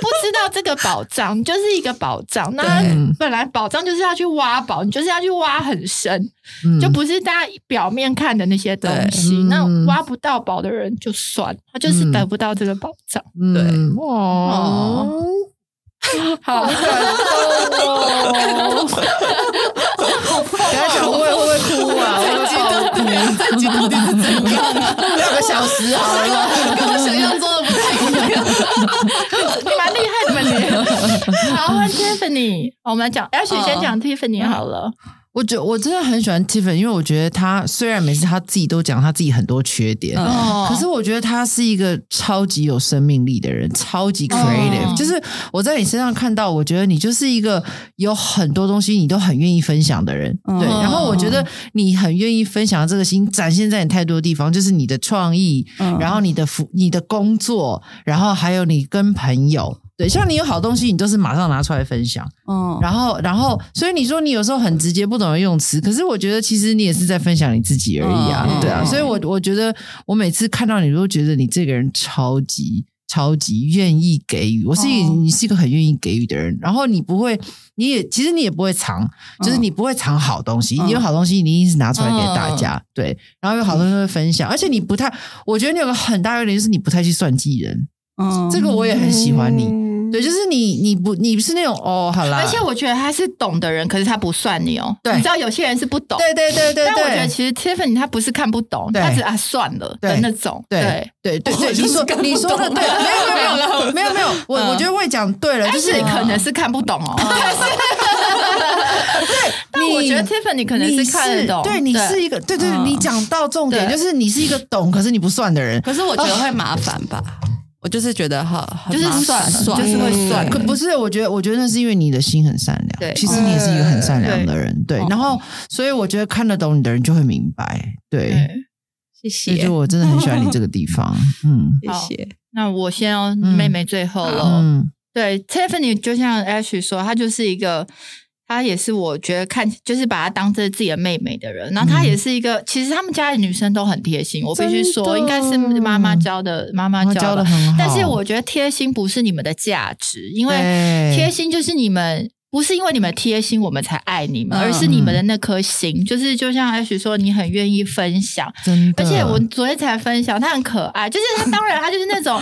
不知道这个宝藏就是一个宝藏。那
对
本来宝藏就是要去挖宝，你就是要去挖很深，
嗯
就不是大家表面看的那些东西。
对
那
嗯
挖不到宝的人就算，他就是得不到这个宝藏。
对
嗯哦，
好，
哦等一下讲会会不会哭 啊？我会爆哭，
这集到底是怎样啊？
两个小时好了。
跟我想象中的不太一样。
蛮厉好换 Tiffany，我们讲，要
哦
先先讲 Tiffany 好了。
我觉我真的很喜欢 Tiffany，因为我觉得她虽然每次她自己都讲她自己很多缺点，
嗯
哦
可是我觉得她是一个超级有生命力的人，超级 creative、
哦
就是我在你身上看到，我觉得你就是一个有很多东西你都很愿意分享的人。
嗯
哦
对，然后我觉得你很愿意分享这个心，展现在你太多地方，就是你的创意，
嗯
然后你的服、你的工作，然后还有你跟朋友。对，像你有好东西，你都是马上拿出来分享。
嗯，
然后，然后，所以你说你有时候很直接，不懂得用词，可是我觉得其实你也是在分享你自己而已啊，
嗯
对啊，
嗯
所以我我觉得我每次看到你，都觉得你这个人超级超级愿意给予，我是一个、
哦
你是一个很愿意给予的人，然后你不会，你也其实你也不会藏，就是你不会藏好东西，
嗯
你有好东西你一定是拿出来给大家，对，然后有好东西会分享，而且你不太，我觉得你有个很大优点就是你不太去算计人，
嗯
这个我也很喜欢你。
嗯
对，就是你，你不，你是那种哦，好啦，
而且我觉得他是懂的人，可是他不算你哦。
对
你知道有些人是不懂，
对对对对对，
但我觉得其实 Tiffany 他不是看不懂，
对
他只是啊算了
对
的那种。
对，对对对，
就
你
是
说
搞不
你说的
懂
对，没有没有没有没有没有，我我觉得我也讲对了，就
嗯但
是
是可能是看不懂哦。 但是但
你
我觉得 Tiffany 可能
你
看得懂，
对你是一个对对，
嗯
你讲到重点，
对
就是你是一个懂，可是你不算的人。
可是我觉得会麻烦吧，我就是觉得好，很
就是
麻烦
算了，
算
就是会算
可
了。
不是，我觉得，我觉得那是因为你的心很善良。
对哦
其实你也是一个很善良的人，对。
对
然后，所以我觉得看得懂你的人就会明白，对。
对谢
所以
谢
就。我真的很喜欢你这个地方，嗯
好
嗯谢谢。
那我先哦，
嗯
妹妹最后了。
嗯
对，Tiffany 就像 Ash 说，她就是一个，她也是我觉得看就是把她当成自己的妹妹的人。然后她也是一个，其实他们家的女生都很贴心，我必须
真
说，
的
应该是妈妈教的，妈妈
她
教
教得很嗯好
但是我觉得贴心不是你们的价值，因为
对
贴心就是你们。不是因为你们贴心我们才爱你们，
嗯
而是你们的那颗心，就是就像 H 说，你很愿意分享，
真的，
而且我昨天才分享，他很可爱，就是他当然他就是那 种，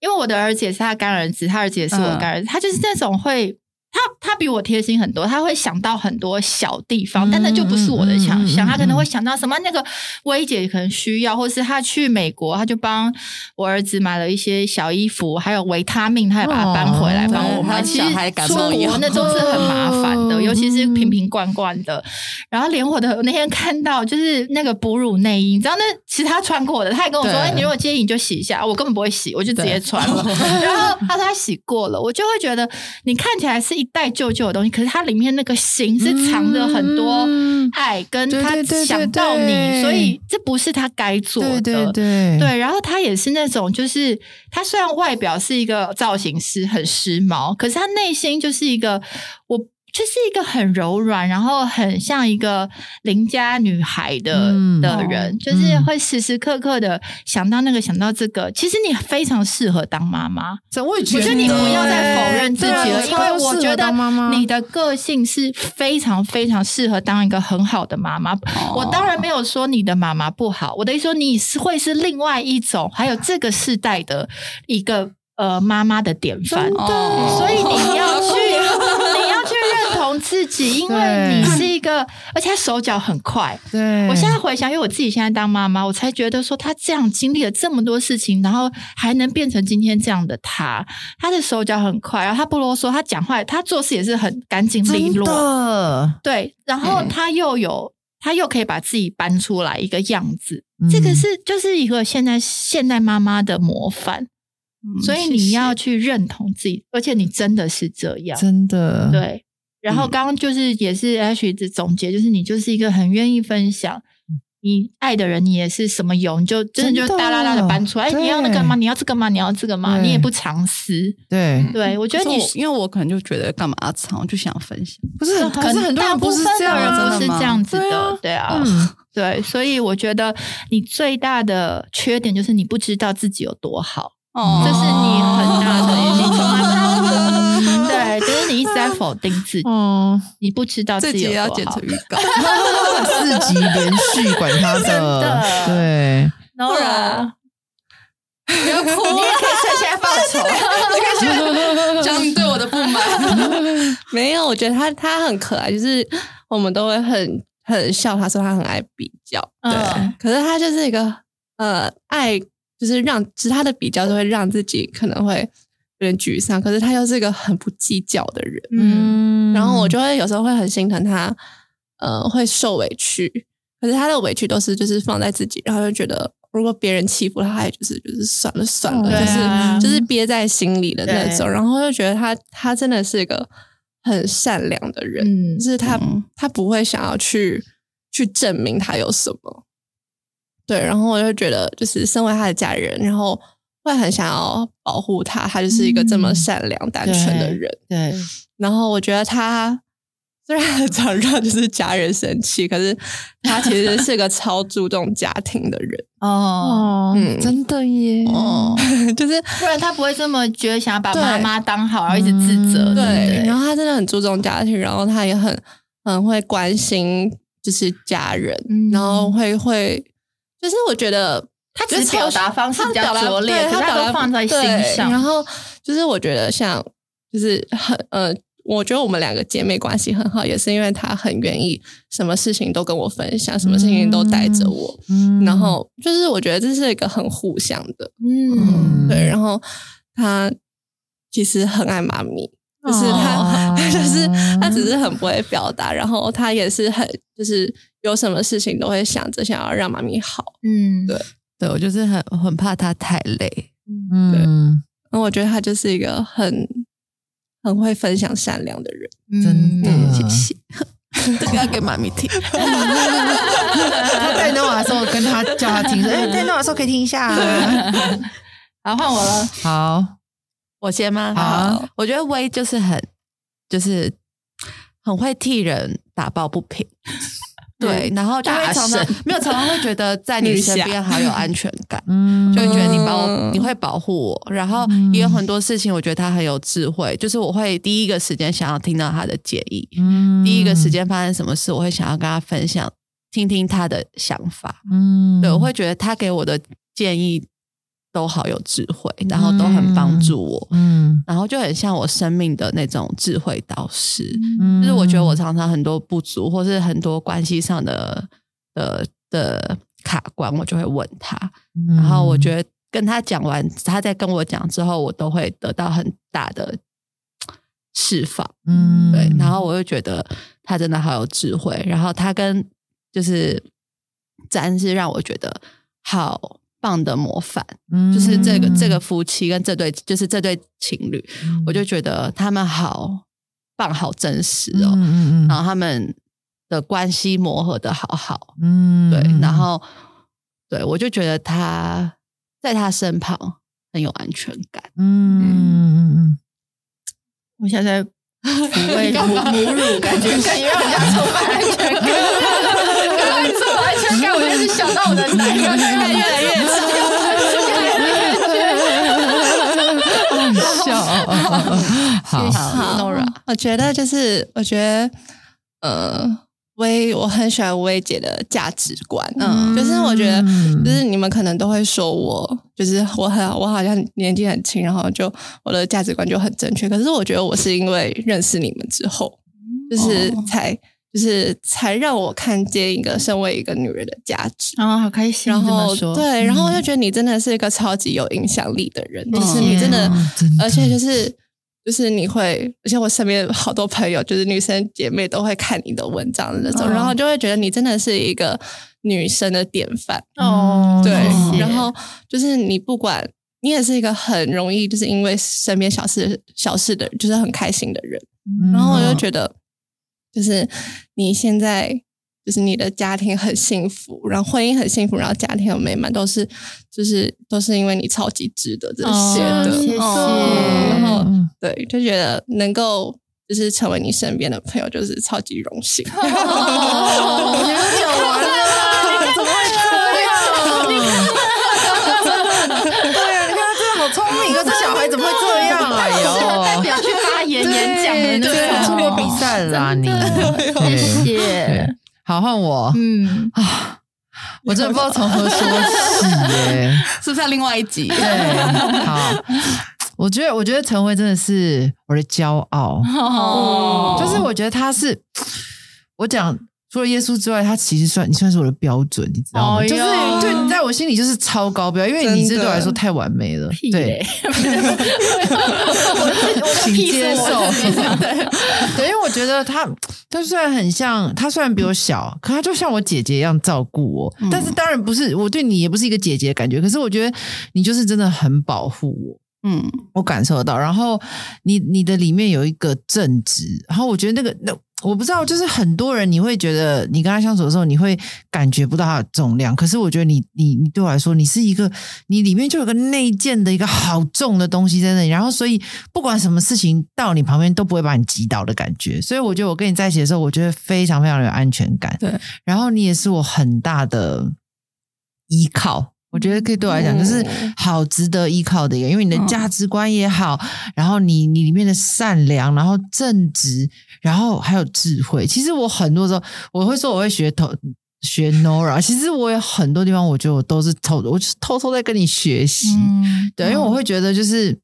因为我的儿子也是他干儿子，他儿子也是我
嗯
干儿子，他就是那种会。他他比我贴心很多，他会想到很多小地方，
嗯
但那就不是我的强
嗯
项。
嗯嗯
他可能会想到什么那个薇姐可能需要，或是他去美国，他就帮我儿子买了一些小衣服，还有维他命，他也把它搬回来
哦
帮我
对
买。
他
其实
小孩感
出
冒一
国
样
那都是很麻烦的，
嗯
尤其是瓶瓶罐罐的。然后连我的我那天看到就是那个哺乳内衣，你知道那其实他穿过的，他还跟我说：“
对
哎，你如果介意你就洗一下。”我根本不会洗，我就直接穿了。 然后他说他洗过了，我就会觉得你看起来是一袋旧旧的东西，可是它里面那个心是藏着很多
嗯
爱，跟
对
他
对对
想
对
到你，
对
所以这不是他该做的。
对对对
对，然后他也是那种，就是他虽然外表是一个造型师，很时髦，可是他内心就是一个，我就是一个很柔软，然后很像一个邻家女孩的、
嗯
的人，就是
嗯
会时时刻刻的想到那个，想到这个。其实你非常适合当妈妈，
这我也觉
我觉得你不要再否认自己
对
了，
啊
因为我觉得
妈妈
你的个性是非常非常适合当一个很好的妈妈。
哦
我当然没有说你的妈妈不好，我的意思说你是会是另外一种，还有这个世代的一个呃妈妈的典范。
哦
所以你要去，你要去认同自己，因为你是一个，而且他手脚很快。
对，
我现在回想，因为我自己现在当妈妈，我才觉得说他这样经历了这么多事情，然后还能变成今天这样的他，他的手脚很快，然后他不啰嗦，他讲话，他做事也是很干净利
真
落。
的，
对，然后
嗯
他又有，他又可以把自己搬出来一个样子，
嗯
这个是就是一个现在现代妈妈的模范，
嗯
嗯
所以你要去认同自己，而且你真的是这样，
真的，嗯
对。然后刚刚就是也是 H 的总结，就是你就是一个很愿意分享。你爱的人，你也是什么油，你就真的
真
就
的
哒啦啦的搬出来。哎，
对
你要那个吗？你要这个吗？你要这个吗？
对
你也不藏私。
对，
对我觉得你
可是我因为我可能就觉得干嘛藏，就想分享。
不是很，可是很多人不是这样
大部
啊，
人
分的真
不
的
是
吗
这样子
对
的
啊，
对啊，
嗯，
对，所以我觉得你最大的缺点就是你不知道自己有多好，
哦
这是你很大的，
哦
你从来不 对，就是你一直在否定自己，
哦，
你不知道自
这
己
集
有
要
多
剪
好
成。预告，
四集连续管他的
的，
对，
然后
不
啊
然不要哭，
你也可以趁现在报仇，
讲你对我的不满。
没有，我觉得他他很可爱，就是我们都会很很笑他，说他很爱比较，对。
嗯
可是他就是一个呃爱，就是让，只是他的比较就会让自己可能会有点沮丧，可是他又是一个很不计较的人，
嗯
嗯
然后我就会有时候会很心疼他，呃，会受委屈。可是他的委屈都是就是放在自己，然后就觉得如果别人欺负他，他也就是就是算了算了，
对啊
就是就是憋在心里的那种。
对
然后就觉得他他真的是一个很善良的人，
嗯
就，是他、
嗯
他不会想要去去证明他有什么。对，然后我就觉得，就是身为他的家人，然后会很想要保护他，他就是一个这么
嗯
善良、单纯的
对
人。
对，
然后我觉得他虽然 很常让就是家人生气，可是他其实是个超注重家庭的人。
哦，
哦
嗯
真的耶，
哦，
就是
不然他不会这么觉得想要把
对
妈妈当好，然后一直自责，
嗯
对不
对，
对，
然后他真的很注重家庭，然后他也很很会关心就是家人，
嗯
然后会会就是我觉得
他只哦是表达方式比较拙劣，
对
可是
表
他
达
都放在心
对
上，
然后就是我觉得像就是很呃，我觉得我们两个姐妹关系很好，也是因为她很愿意什么事情都跟我分享，什么事情都带着我。
嗯
然后就是我觉得这是一个很互相的，
嗯
对。然后她其实很爱妈咪，就是她，
哦
就是她只是很不会表达，然后她也是很就是有什么事情都会想着想要让妈咪好。
嗯，
对
对我就是很很怕他太累，
嗯
嗯，
那我觉得她就是一个很很会分享善良的人。
真的
嗯，
嗯
谢 谢。这个要给妈咪听，
嗯
他带诺瓦的时候跟他叫他 听说，哎，带诺瓦的时候可以听一 下啊，
好，换我了。
好，
我先吗？
好啊，
我觉得薇就是很，就是很会替人打抱不平，
嗯
对，然后就会
大
常常
神
没有常常会觉得在你
女
身
侠
边好有安全感，
嗯
就会觉得你把
嗯
我，你会保护我，然后也有很多事情，我觉得他很有智慧，就是我会第一个时间想要听到他的建议，
嗯
第一个时，间发生什么事，我会想要跟他分享，听听他的想法，
嗯
对我会觉得他给我的建议都好有智慧，然后都很帮助我，
嗯
然后就很像我生命的那种智慧导师，
嗯
就是我觉得我常常很多不足，或是很多关系上的的的卡关，我就会问他，
嗯
然后我觉得跟他讲完，他再跟我讲之后，我都会得到很大的释放。
嗯
对，然后我又觉得他真的好有智慧，然后他跟就是詹是让我觉得好棒的模范，
嗯
就是这个
嗯
这个，夫妻跟这对就是这对情侣，
嗯
我就觉得他们好棒，好真实哦，
嗯嗯
然后他们的关系磨合的好好，
嗯，嗯
对，然。
嗯
后对我就觉得他在他身旁很有安全感，
嗯嗯
我现在在抚慰母母乳，感觉感觉让人家充满安全感。刚刚你说有安全感，我就是想到我的奶，然后就越来越来越
嗯，嗯，笑，哦好，
好
，Nora，
我觉得就是，我觉得，呃，薇，我很喜欢薇姐的价值观，嗯，就是我觉得，就是你们可能都会说我，就是我很，我好像年纪很轻，然后就我的价值观就很正确，可是我觉得我是因为认识你们之后，就是才。就是才让我看见一个身为一个女人的价值，
然后好开心，
然
这么
后
说嗯
对，然后我就觉得你真的是一个超级有影响力的人，就是
谢
你
谢
真的
嗯真的
而且就是就是你会，而且我身边好多朋友，就是女生姐妹都会看你的文章的那种，
嗯
然后就会觉得你真的是一个女生的典范。
哦，
对，
谢谢
然后就是你不管你也是一个很容易就是因为身边小事小事的，就是很开心的人。然后我
嗯
就觉得，就是你现在就是你的家庭很幸福，然后婚姻很幸福，然后家庭很美满，都是就是都是因为你超级值得这些
哦
的。
谢谢
嗯
然
然后
后
对，就觉得能够就是成为你身边的朋友，就是超级荣幸。
哦你们讲完了，怎么会这样？
对啊，你看他真的好聪明啊，这小孩怎么会这样啊？
代
哟，
表去发言演讲的那
对出
种
国比赛啦你，
谢
对
谢，
好换我
嗯，
啊，我真的不知道从何说起耶。
是不是要另外 一集？
对，好，我觉得我觉得陈薇真的是我的骄傲。
哦
就是我觉得他是，我讲除了耶稣之外，他其实算你算是我的标准，你知道吗？
哎呦
就是就你在我我心里就是超高标，因为你这对我来说
真的
太完美了。
屁
对
嘞，我
请接受
我自己想对
对，因为我觉得他，他虽然很像，他虽然比我小，可他就像我姐姐一样照顾我。
嗯
但是当然不是，我对你也不是一个姐姐的感觉。可是我觉得你就是真的很保护我。
嗯，
我感受得到。然后你你的里面有一个正直，然后我觉得那个那我不知道，就是很多人你会觉得你跟他相处的时候，你会感觉不到他的重量。可是我觉得你你你对我来说，你是一个你里面就有个内建的一个好重的东西在那里，然后所以不管什么事情到你旁边都不会把你击倒的感觉。所以我觉得我跟你在一起的时候，我觉得非常非常有安全感。
对，
然后你也是我很大的依靠。我觉得可以对我来讲，就是
嗯
好值得依靠的一个，因为你的
嗯
价值观也好，然后你你里面的善良，然后正直，然后还有智慧。其实我很多时候我会说我会学偷学 Nora，其实我有很多地方我觉得我都是偷，我就是偷偷在跟你学习。
嗯
对，因为我会觉得就是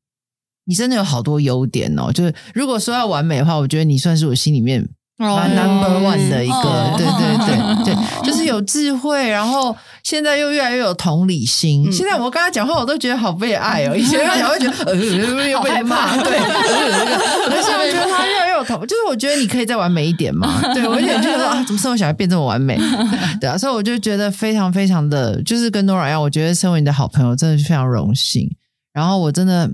你真的有好多优点哦，就是如果说要完美的话，我觉得你算是我心里面蛮 number one 的一个，
哦
对对对对，就是有智慧，然后现在又越来越有同理心。
嗯
现在我跟他讲话，我都觉得好被爱哦。以前跟他讲会觉得呃又被骂，对，呃但是我觉得他越来越有同，就是我觉得你可以再完美一点嘛。对我有点觉得啊，怎么生活小孩变这么完美？对啊，所以我就觉得非常非常的，就是跟 Nora 一样，我觉得身为你的好朋友，真的是非常荣幸。然后我真的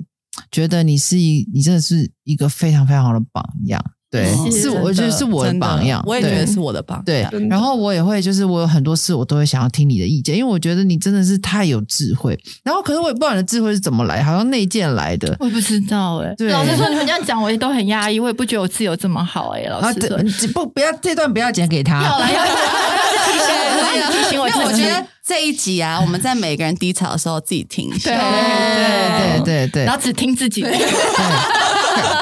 觉得你是一，你真的是一个非常非常好的榜样。对，
哦
是我我觉得是我的
真
榜样，
我也
对
觉得是我的榜
对
样。，
真的
然后我也会，就是我有很多事，我都会想要听你的意见，因为我觉得你真的是太有智慧。然后，可是我也不知道你的智慧是怎么来，好像内建来的。
我也不知道哎、
对
老实说，你们这样讲我也都很压抑，我也不觉得我自由这么好哎、老
啊，
实说，
对不，不要这段不要剪给他。
要来要来，
对
提醒我
因为
自
我
己
觉得这一集啊，我们在每个人低潮的时候自己听一下。
对
对
对
对对，
然后只听自己。
对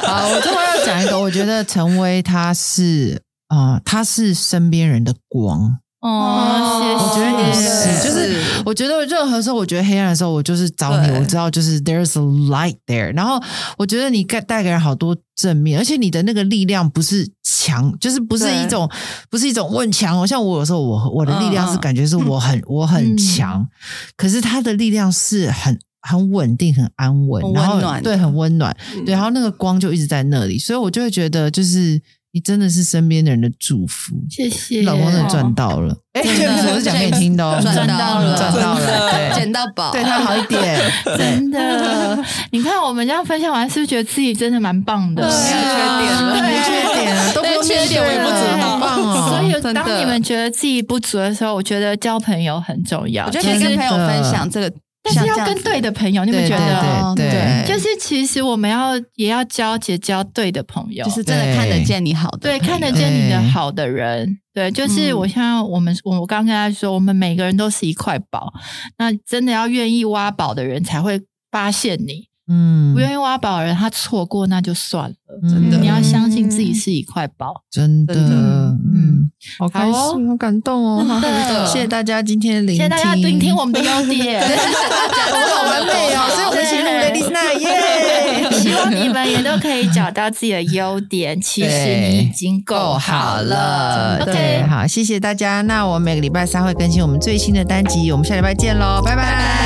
好，我最后要讲一个，我觉得陈薇她是啊、呃她是身边人的光。
哦，谢谢。
我觉得你是，
对
就是我觉得任何时候，我觉得黑暗的时候，我就是找你，
对
我知道就是 there's a light there。然后我觉得你带带给人好多正面，而且你的那个力量不是强，就是不是
对
一种不是一种问强哦。像我有时候我我的力量是
嗯嗯
感觉是我很我很强，可是他的力量是很。很稳定，很安稳，
很温
然后
暖的
对，很温暖，
嗯
对，然后那个光就一直在那里，所以我就会觉得，就是你真的是身边的人的祝福，
谢谢。
老公真的赚到了，哎，
真的
这个我是讲给你听的哦，
赚到了
赚到了，对，
捡到宝，
对他好一点，对，
真的，你看我们这样分享完，是不是觉得自己真的蛮棒的？
对啊
没
对
缺点 啊，都不用
那缺点我也不知道
很棒
所
哦。
以，当你们觉得自己不足的时候，我觉得交朋友很重要。
我觉得可以
就是
跟朋友分享这个，
但是要跟对的朋友，你们
对
觉
对
得？哦
对对
就是其实我们要也要交结交对的朋友，
就是真的看得见你好的，
对看得见你的好的人。对，就是我像我们，我我刚跟他说，我们每个人都是一块宝，那真的要愿意挖宝的人才会发现你，
嗯
不愿意挖宝的人他错过那就算了。
真
你要
嗯
相信自己是一块宝。
真的，
真的
嗯，好开
好
心，好感动哦，
真的
谢谢大家今天的聆听，
谢谢大家聆听我们的优 点，
我们好完美哦，所以我们一起录 Ladies Night，耶！
希望你们也都可以找到自己的优点，其实你已经够哦好了。
真的哦对，
OK，
好，谢谢大家。那我每个礼拜三会更新我们最新的单集，我们下礼拜见喽，拜拜